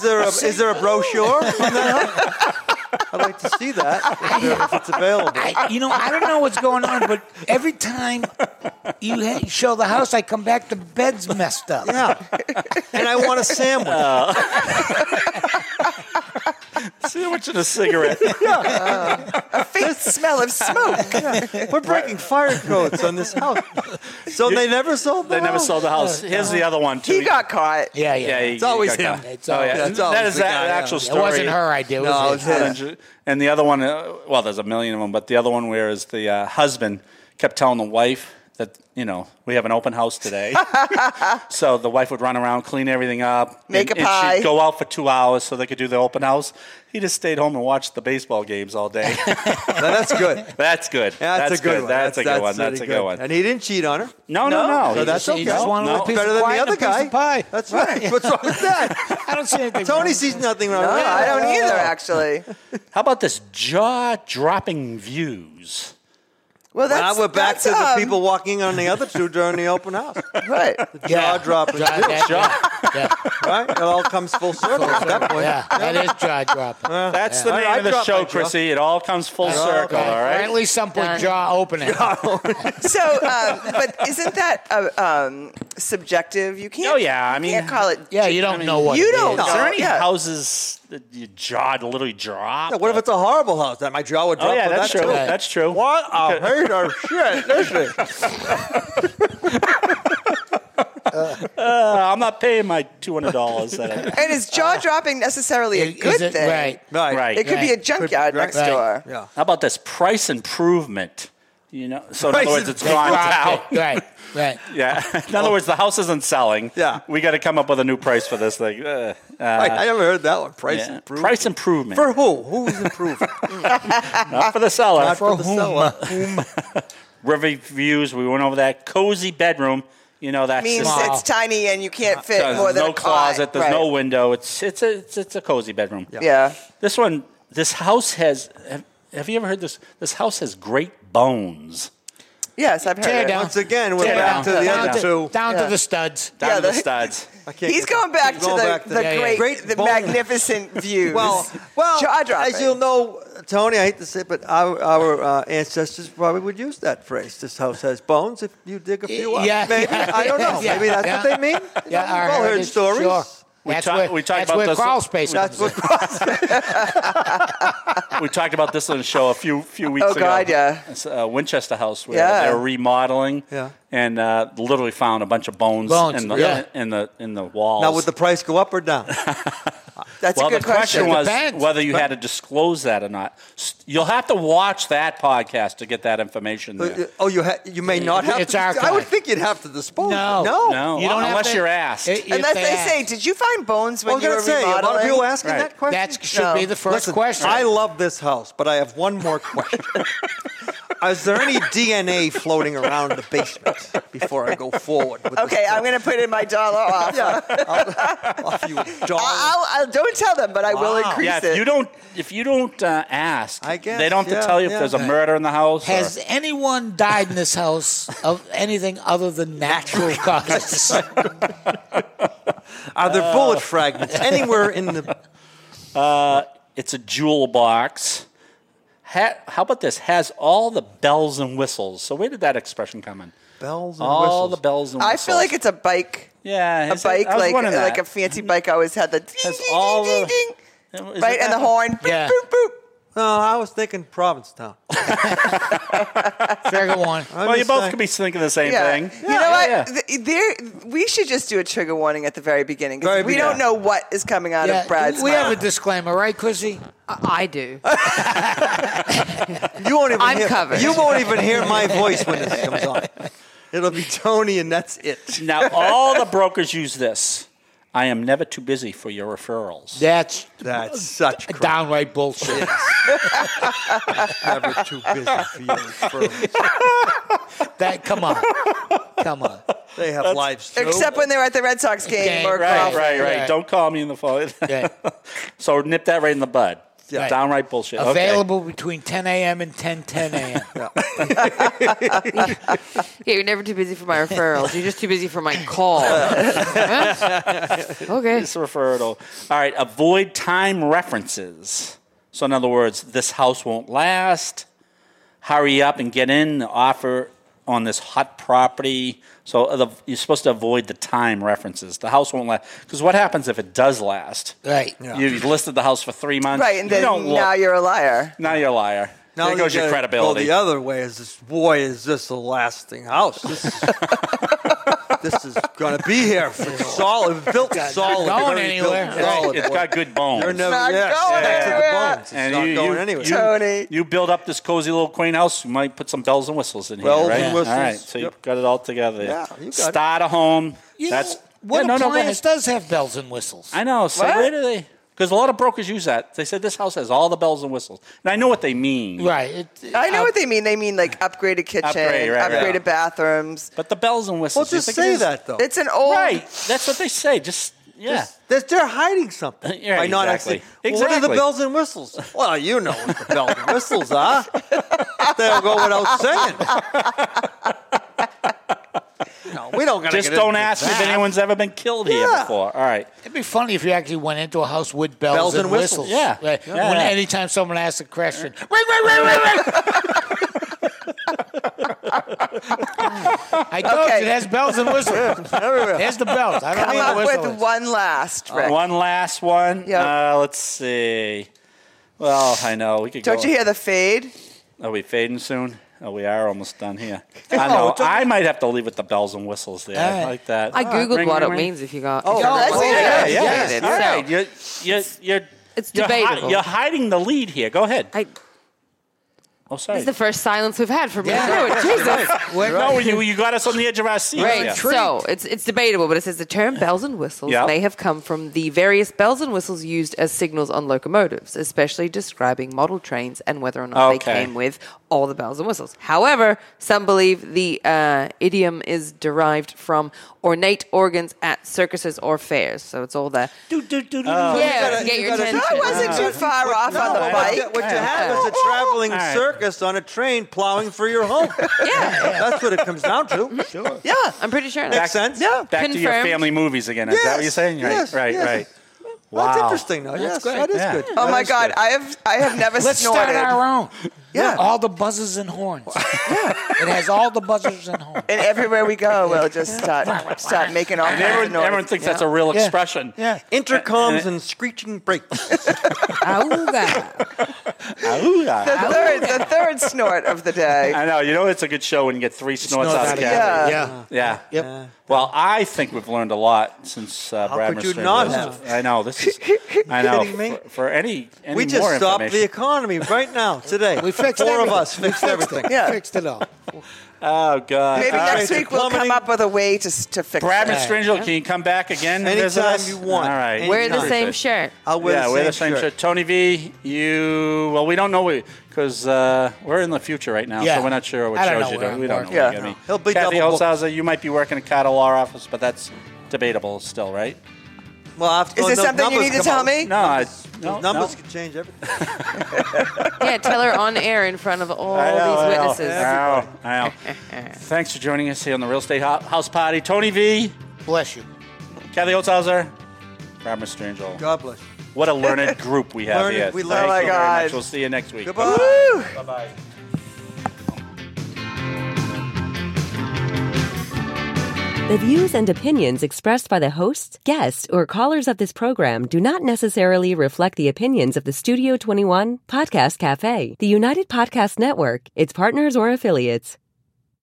Speaker 5: there a is there a brochure? on that house? I'd like to see that if, there- if it's available.
Speaker 7: I, you know, I don't know what's going on, but every time you ha- show the house, I come back, the bed's messed up.
Speaker 4: Uh,
Speaker 5: Yeah. And I want a sandwich.
Speaker 4: Sandwiching a cigarette.
Speaker 6: faint smell of smoke.
Speaker 5: We're breaking fire codes on this house. So they never sold the
Speaker 4: they never
Speaker 5: house.
Speaker 4: sold the house. Here's the other one too.
Speaker 6: He got caught.
Speaker 7: Yeah,
Speaker 4: Yeah,
Speaker 7: yeah.
Speaker 4: he-
Speaker 7: It
Speaker 5: Oh, It's always
Speaker 4: he got
Speaker 5: him.
Speaker 4: caught.
Speaker 5: It's
Speaker 4: oh,
Speaker 5: always-
Speaker 4: yeah.
Speaker 5: it's always
Speaker 4: that is
Speaker 5: the
Speaker 4: that
Speaker 5: guy, yeah.
Speaker 4: actual story.
Speaker 7: wasn't her idea. It was
Speaker 5: No, it was
Speaker 7: his.
Speaker 5: his.
Speaker 4: And ju- And the other one, uh, well, there's a million of them, but the other one where is the uh, husband kept telling the wife that, you know, we have an open house today. so the wife would run around, clean everything up,
Speaker 6: Make
Speaker 4: and,
Speaker 6: a pie.
Speaker 4: And she'd go out for two hours so they could do the open house. He just stayed home and watched the baseball games all day.
Speaker 5: Now, that's good.
Speaker 4: that's good.
Speaker 5: That's, a good, one.
Speaker 4: That's, a good one.
Speaker 5: really
Speaker 4: That's a good one.
Speaker 5: And he didn't cheat on her.
Speaker 4: no, no, no.
Speaker 5: So
Speaker 4: He
Speaker 5: that's
Speaker 4: just-
Speaker 5: okay.
Speaker 7: He just wanted
Speaker 4: No.
Speaker 7: a piece
Speaker 5: Better
Speaker 7: of
Speaker 5: than
Speaker 7: pie
Speaker 5: the
Speaker 7: and a
Speaker 5: other
Speaker 7: piece
Speaker 5: guy.
Speaker 7: of pie.
Speaker 5: That's right. What's wrong with that?
Speaker 7: I don't see anything.
Speaker 5: Tony
Speaker 7: wrong.
Speaker 5: sees nothing wrong
Speaker 6: No,
Speaker 5: with
Speaker 6: I
Speaker 5: that.
Speaker 6: don't either, actually.
Speaker 4: How about this jaw-dropping views?
Speaker 6: Well, that's
Speaker 5: now we're back
Speaker 6: that's,
Speaker 5: to the
Speaker 6: um,
Speaker 5: people walking on the other two during the open house.
Speaker 6: Right.
Speaker 5: Jaw dropping.
Speaker 7: Jaw- that- yeah.
Speaker 5: Right? It all comes full circle at that point.
Speaker 7: Yeah, that is jaw dropping.
Speaker 4: That's the
Speaker 5: I-
Speaker 4: name
Speaker 5: I
Speaker 4: of the
Speaker 5: dropped
Speaker 4: show,
Speaker 5: my jaw.
Speaker 4: Chrissy. It all comes full circle, all
Speaker 7: Or
Speaker 4: right?
Speaker 7: at least some point
Speaker 8: Done.
Speaker 7: jaw opening.
Speaker 6: So, um, but isn't that uh, um, subjective? You can't.
Speaker 4: Oh, yeah, I mean-
Speaker 6: you can't call it.
Speaker 7: Yeah, you don't know what
Speaker 6: you
Speaker 7: it
Speaker 6: don't
Speaker 7: is.
Speaker 6: know.
Speaker 4: Is there any
Speaker 6: yeah.
Speaker 4: houses that your jaw literally drop?
Speaker 5: Yeah, What if it's a horrible house? That my jaw would drop.
Speaker 4: Oh yeah,
Speaker 5: for
Speaker 4: that's
Speaker 5: that
Speaker 4: true.
Speaker 5: too.
Speaker 4: That's true.
Speaker 5: What a hate of shit, isn't it?
Speaker 4: Uh, I'm not paying my two hundred dollars. that
Speaker 6: And is jaw dropping necessarily a
Speaker 7: Is-
Speaker 6: good
Speaker 7: is it-
Speaker 6: thing?
Speaker 7: Right.
Speaker 4: I,
Speaker 5: Right.
Speaker 4: right.
Speaker 6: It could be a
Speaker 7: Right.
Speaker 6: junkyard
Speaker 5: Right.
Speaker 6: next
Speaker 7: Right.
Speaker 6: door.
Speaker 5: Yeah.
Speaker 4: How about this price improvement? You know, so in
Speaker 5: Price
Speaker 4: other words, it's gone down.
Speaker 7: Dropped it. Right, right.
Speaker 4: Yeah. In other words, the house isn't selling.
Speaker 5: Yeah.
Speaker 4: We got to come up with a new price for this thing. Uh, uh,
Speaker 5: Right, I never heard that one. Price
Speaker 4: yeah.
Speaker 5: improvement.
Speaker 4: Price improvement
Speaker 5: For who? Who's improving?
Speaker 4: not for the seller.
Speaker 5: Not for, the
Speaker 7: whom?
Speaker 5: seller.
Speaker 4: reviews. We went over that cozy bedroom. You know, that's
Speaker 6: Means
Speaker 4: just-
Speaker 6: it's tiny and you can't fit
Speaker 4: there's
Speaker 6: more than
Speaker 4: no
Speaker 6: a cot.
Speaker 4: closet. There's
Speaker 6: Right.
Speaker 4: no window. It's it's a it's, it's a cozy bedroom.
Speaker 6: Yeah.
Speaker 4: This one, this house has. Have, have you ever heard this? This house has great bones.
Speaker 6: Yes, I've heard
Speaker 7: Tear
Speaker 6: it.
Speaker 7: down.
Speaker 5: Once again, we're
Speaker 7: Tear
Speaker 5: back
Speaker 7: down.
Speaker 5: to the
Speaker 7: down
Speaker 5: other
Speaker 7: to,
Speaker 5: two.
Speaker 7: Down
Speaker 6: Yeah.
Speaker 7: to the studs.
Speaker 4: Down
Speaker 6: Yeah,
Speaker 4: to the
Speaker 6: the-
Speaker 4: studs.
Speaker 5: I can't
Speaker 6: He's
Speaker 5: get
Speaker 6: going
Speaker 5: that.
Speaker 6: back
Speaker 5: He's
Speaker 6: to
Speaker 5: going
Speaker 6: the,
Speaker 5: back to
Speaker 6: the
Speaker 5: that.
Speaker 7: Yeah, yeah.
Speaker 6: great,
Speaker 5: Great
Speaker 6: the
Speaker 5: bone.
Speaker 6: magnificent views.
Speaker 5: Well, Oh, well,
Speaker 6: jaw dropping.
Speaker 5: as you'll know, Tony, I hate to say it, but our, our uh, ancestors probably would use that phrase. This house has bones. If you dig a few up,
Speaker 7: Yeah.
Speaker 5: maybe I don't know.
Speaker 7: Yeah.
Speaker 5: Maybe that's
Speaker 7: Yeah.
Speaker 5: what they mean.
Speaker 7: Yeah, our
Speaker 5: We've all heard
Speaker 7: heritage,
Speaker 5: stories.
Speaker 7: Sure. that's
Speaker 4: talk-
Speaker 7: where,
Speaker 4: we talk
Speaker 7: that's
Speaker 4: about
Speaker 7: where
Speaker 4: this-
Speaker 7: crawl space
Speaker 5: That's
Speaker 7: comes
Speaker 5: what
Speaker 7: in.
Speaker 4: we talked about this on the show a few few weeks
Speaker 6: Oh,
Speaker 4: ago.
Speaker 6: God, yeah.
Speaker 4: It's, uh, Winchester House where
Speaker 6: Yeah.
Speaker 4: they're remodeling.
Speaker 5: Yeah.
Speaker 4: And uh, literally found a bunch of bones,
Speaker 7: Bones,
Speaker 4: in the
Speaker 7: yeah.
Speaker 4: in the in the walls.
Speaker 5: now, would the price go up or down?
Speaker 6: That's
Speaker 4: well,
Speaker 6: a good
Speaker 4: the question,
Speaker 6: question.
Speaker 4: was
Speaker 7: Depends.
Speaker 4: whether you had to disclose that or not. S- You'll have to watch that podcast to get that information.
Speaker 6: Uh,
Speaker 4: There.
Speaker 5: oh, you ha- you may not have.
Speaker 7: It's
Speaker 5: to, I would
Speaker 7: archived.
Speaker 5: think you'd have to dispose.
Speaker 7: No.
Speaker 5: of it.
Speaker 6: uh,
Speaker 5: no.
Speaker 4: No,
Speaker 7: You don't have
Speaker 4: unless
Speaker 7: to-
Speaker 4: you're asked.
Speaker 7: If
Speaker 6: Unless they
Speaker 7: ask.
Speaker 6: say, "Did you find bones
Speaker 5: I
Speaker 6: when
Speaker 5: was
Speaker 6: you
Speaker 5: going
Speaker 6: were
Speaker 5: to say a lot of
Speaker 6: remodeling?"
Speaker 5: people asking
Speaker 4: Right.
Speaker 5: that question.
Speaker 7: That should
Speaker 6: No.
Speaker 7: be the first
Speaker 5: Listen,
Speaker 7: question.
Speaker 5: I love this house, but I have one more question. Is there any DNA floating around the basement before I go forward? With
Speaker 6: Okay, I'm going to put in my dollar off.
Speaker 5: This? Yeah, I'll, off you, dog.
Speaker 4: Uh,
Speaker 6: I'll, I'll, don't tell them, but I will
Speaker 5: Wow.
Speaker 6: increase
Speaker 4: yeah,
Speaker 6: it.
Speaker 4: if you don't if you don't uh, ask,
Speaker 5: I guess,
Speaker 4: they don't have
Speaker 5: yeah,
Speaker 4: to tell you
Speaker 5: yeah.
Speaker 4: if there's a murder in the house. or-
Speaker 7: Has anyone died in this house of anything other than natural causes?
Speaker 5: Are
Speaker 4: uh.
Speaker 5: there bullet fragments anywhere in the?
Speaker 4: it's a jewel box. Ha- how about this? Has all the bells and whistles. So where did that expression come in?
Speaker 5: Bells and
Speaker 4: all
Speaker 5: whistles.
Speaker 4: the bells and
Speaker 6: I
Speaker 4: whistles.
Speaker 6: feel like it's a bike,
Speaker 4: yeah,
Speaker 6: a
Speaker 4: is it?
Speaker 6: bike
Speaker 4: I was
Speaker 6: like
Speaker 4: wondering that.
Speaker 6: like a fancy bike always had the ding,
Speaker 4: Has
Speaker 6: ding,
Speaker 4: all
Speaker 6: ding,
Speaker 4: the-
Speaker 6: ding,
Speaker 4: Is
Speaker 6: ding, right
Speaker 4: it
Speaker 6: and the
Speaker 4: that-
Speaker 6: horn. Boop,
Speaker 7: Yeah.
Speaker 6: boop, boop.
Speaker 5: No, I was thinking Provincetown.
Speaker 7: Trigger one.
Speaker 5: I'm
Speaker 4: Well, you
Speaker 5: just
Speaker 4: both
Speaker 5: saying-
Speaker 4: could be thinking the same
Speaker 6: Yeah.
Speaker 4: thing.
Speaker 6: you know what?
Speaker 4: yeah.
Speaker 6: Th- There, we should just do a trigger warning at the very beginning 'cause
Speaker 5: Very
Speaker 6: we
Speaker 5: beginning.
Speaker 6: don't know what is coming out
Speaker 7: Yeah,
Speaker 6: of Brad's
Speaker 7: we have a
Speaker 6: mouth.
Speaker 7: disclaimer, right, Chrissy?
Speaker 8: I I do.
Speaker 5: You won't even.
Speaker 8: I'm
Speaker 5: hear,
Speaker 8: covered.
Speaker 5: You won't even hear my voice when this comes on. It'll be Tony, and that's it.
Speaker 4: Now all the brokers use this. I am never too busy for your referrals.
Speaker 7: That's
Speaker 5: That's such crap.
Speaker 7: downright bullshit.
Speaker 5: Never too busy for you. infirms.
Speaker 7: that come on, come on.
Speaker 5: They have lives too.
Speaker 6: Except when they're at the Red Sox game
Speaker 7: Game,
Speaker 6: or
Speaker 4: Right,
Speaker 6: golf.
Speaker 4: right, right,
Speaker 7: Right.
Speaker 4: Don't call me in the phone.
Speaker 7: Yeah.
Speaker 4: so nip that right in the bud.
Speaker 7: Right.
Speaker 4: Downright bullshit. Okay.
Speaker 7: Available between 10 a.m. and 10 10 a.m.
Speaker 8: Yeah, you're never too busy for my referrals. You're just too busy for my call. okay.
Speaker 4: It's referral. All right. Avoid time references. So, in other words, this house won't last. Hurry up and get in. The offer on this hot property. So the, you're supposed to avoid the time references. The house won't last because what happens if it does last?
Speaker 7: Right.
Speaker 4: You listed the house for three months.
Speaker 6: Right, and
Speaker 4: you
Speaker 6: then
Speaker 4: don't
Speaker 6: now
Speaker 4: look.
Speaker 6: you're a liar.
Speaker 4: now you're a liar.
Speaker 5: Now
Speaker 4: there goes
Speaker 5: you
Speaker 4: your
Speaker 5: gotta-
Speaker 4: credibility.
Speaker 5: Well, the other way is this. Boy, is this a lasting house? This is, this is gonna be here for solid, built solid,
Speaker 7: not going
Speaker 5: very
Speaker 7: anywhere.
Speaker 5: Built
Speaker 7: Right.
Speaker 5: solid.
Speaker 4: it's got good bones.
Speaker 5: You're never
Speaker 6: not
Speaker 5: yeah, back
Speaker 6: going
Speaker 5: to the
Speaker 6: anywhere.
Speaker 5: bones. It's not going anywhere.
Speaker 4: You,
Speaker 6: Tony.
Speaker 4: you build up this cozy little quaint house. You might put some bells and whistles in
Speaker 5: Bells
Speaker 4: here, right?
Speaker 5: and whistles,
Speaker 4: All right, so you've
Speaker 5: yep.
Speaker 4: got it all together. there.
Speaker 5: Yeah, you got it.
Speaker 4: Start a home.
Speaker 7: You
Speaker 4: That's
Speaker 7: know, what
Speaker 4: Yeah, no, no, go
Speaker 7: appliance
Speaker 4: ahead.
Speaker 7: does have bells and whistles?
Speaker 4: I know. So
Speaker 6: What?
Speaker 4: where do they? Because a lot of brokers use that. They said this house has all the bells and whistles, and I know what they mean.
Speaker 7: right. It, uh,
Speaker 6: I know what they mean. They mean like upgraded kitchen,
Speaker 4: Upgrade, right, right.
Speaker 6: upgraded bathrooms.
Speaker 4: But the bells and
Speaker 5: Well,
Speaker 4: whistles. you
Speaker 5: just
Speaker 4: think it
Speaker 5: say
Speaker 4: is-
Speaker 5: that though.
Speaker 6: It's an old.
Speaker 4: Right. That's what they say. Just yeah.
Speaker 5: They're, they're hiding something
Speaker 4: Yeah,
Speaker 5: by not
Speaker 4: exactly.
Speaker 5: actually. Well, What are the
Speaker 4: Exactly.
Speaker 5: bells and whistles? Well, you know what the bells and whistles are. They'll go without saying. No, we don't. gotta
Speaker 4: Just
Speaker 5: get
Speaker 4: don't
Speaker 5: into
Speaker 4: ask me if
Speaker 5: that.
Speaker 4: anyone's ever been killed here
Speaker 5: Yeah.
Speaker 4: before. All right.
Speaker 7: It'd be funny if you actually went into a house with bells,
Speaker 5: Bells
Speaker 7: and,
Speaker 5: and whistles.
Speaker 7: whistles.
Speaker 4: Yeah.
Speaker 7: Right.
Speaker 4: Yeah.
Speaker 7: When anytime someone asks a question, wait, wait, wait, wait, wait. I told
Speaker 6: Okay.
Speaker 7: you, there's bells and whistles. There's the bells. I don't
Speaker 6: Come
Speaker 7: need
Speaker 6: up
Speaker 7: the
Speaker 6: with
Speaker 7: whistles.
Speaker 6: one last, Rick.
Speaker 4: One last one.
Speaker 6: Yeah.
Speaker 4: Uh, let's see. Well, I know we could.
Speaker 6: Don't
Speaker 4: go.
Speaker 6: you hear the fade?
Speaker 4: Are we fading soon? Oh, we are almost done here. I know. I might have to leave with the bells and whistles there. I
Speaker 7: right.
Speaker 4: like that.
Speaker 8: I
Speaker 4: All right.
Speaker 8: googled
Speaker 4: Ring,
Speaker 8: what
Speaker 4: ring,
Speaker 8: it
Speaker 4: ring.
Speaker 8: means. If you got,
Speaker 5: Oh,
Speaker 8: if
Speaker 5: that's it.
Speaker 8: you got-
Speaker 4: Yeah, yeah.
Speaker 8: So,
Speaker 4: All right. You're, you're, you're,
Speaker 8: It's
Speaker 4: you're hi-
Speaker 8: debatable.
Speaker 4: you're hiding the lead here. Go ahead.
Speaker 8: I,
Speaker 4: oh,
Speaker 8: this
Speaker 4: sorry.
Speaker 8: is the first silence we've had from you. Jesus.
Speaker 4: no, you, you got us on the edge of our seat.
Speaker 8: Right.
Speaker 4: Yeah.
Speaker 8: So it's it's debatable, but it says the term bells and whistles
Speaker 4: Yeah.
Speaker 8: may have come from the various bells and whistles used as signals on locomotives, especially describing model trains and whether or not
Speaker 4: Okay.
Speaker 8: they came with all the bells and whistles. However, some believe the uh, idiom is derived from ornate organs at circuses or fairs. So it's all the
Speaker 4: Oh.
Speaker 8: yeah,
Speaker 5: gotta-
Speaker 8: get
Speaker 5: you
Speaker 8: your
Speaker 5: gotta-
Speaker 8: attention.
Speaker 5: That
Speaker 6: I wasn't
Speaker 4: Uh,
Speaker 6: too far off on the
Speaker 5: No, what you-
Speaker 6: bike.
Speaker 5: What you had was a traveling
Speaker 4: All right.
Speaker 5: circus on a train plowing through your home.
Speaker 8: yeah,
Speaker 5: That's what it comes down to. Sure.
Speaker 6: Yeah.
Speaker 8: I'm pretty sure.
Speaker 5: Makes
Speaker 8: that's-
Speaker 5: sense.
Speaker 6: Yeah.
Speaker 4: Back to your
Speaker 8: Confirmed.
Speaker 4: family movies again. Is that what you're saying? Right,
Speaker 5: Yes,
Speaker 4: right,
Speaker 5: yes.
Speaker 4: right.
Speaker 5: Well, That's
Speaker 4: Wow.
Speaker 5: interesting, though. yes,
Speaker 7: great.
Speaker 5: that is
Speaker 4: Yeah.
Speaker 5: good.
Speaker 6: Oh
Speaker 5: That
Speaker 6: my
Speaker 5: is
Speaker 6: God,
Speaker 5: good.
Speaker 6: I have I have never
Speaker 7: Let's
Speaker 6: snorted.
Speaker 7: start our own.
Speaker 6: Yeah.
Speaker 7: All the buzzers and horns. It has all the buzzers and horns.
Speaker 6: and everywhere we go, we'll just start start making all kinds of
Speaker 4: Everyone,
Speaker 6: noise.
Speaker 4: everyone thinks that's a real expression.
Speaker 7: Yeah.
Speaker 4: Uh,
Speaker 5: Intercoms and screeching brakes.
Speaker 8: Auga.
Speaker 4: Ooh,
Speaker 6: the third, the third snort of the day.
Speaker 4: I know. You know, it's a good show when you get three snorts
Speaker 7: Snorts
Speaker 4: out
Speaker 7: out
Speaker 4: of
Speaker 7: of
Speaker 4: Kathy.
Speaker 6: Yeah.
Speaker 7: Yeah.
Speaker 4: Yeah.
Speaker 7: Yep.
Speaker 4: Well, I think we've learned a lot since uh, Brad
Speaker 5: could you
Speaker 4: Mr.
Speaker 5: not
Speaker 4: Elizabeth. I know this is. I know.
Speaker 5: kidding me?
Speaker 4: For, for any, any
Speaker 5: We
Speaker 4: more
Speaker 5: just stopped the
Speaker 4: information.
Speaker 5: economy right now, today.
Speaker 7: We fixed
Speaker 5: Four
Speaker 7: everything.
Speaker 5: of us fixed everything.
Speaker 6: Yeah.
Speaker 7: Fixed it all.
Speaker 4: Oh God.
Speaker 6: Maybe
Speaker 4: All right.
Speaker 6: next week we'll come
Speaker 5: Plummeting.
Speaker 6: up with a way to s- to fix
Speaker 4: Brad
Speaker 6: it.
Speaker 4: Mistrangelo, can you come back again? and visit
Speaker 5: Anytime
Speaker 4: us?
Speaker 5: you want.
Speaker 4: All right.
Speaker 8: Wear the
Speaker 5: Anytime.
Speaker 8: same shirt.
Speaker 5: I'll wear
Speaker 4: yeah,
Speaker 5: the same
Speaker 4: wear the same shirt. Tony V, you. Well, we don't know because uh, we're in the future right now,
Speaker 7: Yeah.
Speaker 4: so we're not sure what
Speaker 7: I
Speaker 4: shows
Speaker 7: don't know
Speaker 4: you
Speaker 7: where
Speaker 4: do. We don't
Speaker 7: I'm
Speaker 4: know. what
Speaker 7: working.
Speaker 6: Yeah.
Speaker 4: you're gonna be.
Speaker 5: He'll be
Speaker 4: Kathy
Speaker 5: double booked.
Speaker 4: Holzhauser, you might be working at Carter Law Office, but that's debatable still, right?
Speaker 5: Well, I have to
Speaker 6: Is
Speaker 5: go-
Speaker 6: there
Speaker 5: the
Speaker 6: something you
Speaker 5: numbers
Speaker 6: need
Speaker 5: come
Speaker 6: to tell
Speaker 5: out.
Speaker 6: me?
Speaker 4: No, I, no,
Speaker 5: Those numbers
Speaker 4: no.
Speaker 5: can change everything.
Speaker 8: Yeah, tell her on air in front of all
Speaker 4: I know, I
Speaker 8: these
Speaker 4: know.
Speaker 8: witnesses.
Speaker 4: I know, I know. Thanks for joining us here on the Real Estate Ho- House Party. Tony V,
Speaker 7: Bless you.
Speaker 4: Kathy Holzhauser, Brad Mistrangelo.
Speaker 5: God bless. you.
Speaker 4: What a learned group we have
Speaker 5: Learned-
Speaker 4: here.
Speaker 5: we
Speaker 4: Thank
Speaker 5: learned.
Speaker 4: you
Speaker 5: Oh, my
Speaker 4: very much.
Speaker 6: God.
Speaker 4: We'll see you next week.
Speaker 5: Goodbye.
Speaker 4: Bye-bye.
Speaker 1: The views and opinions expressed by the hosts, guests, or callers of this program do not necessarily reflect the opinions of the Studio 21 Podcast Cafe, the United Podcast Network, its partners, or affiliates.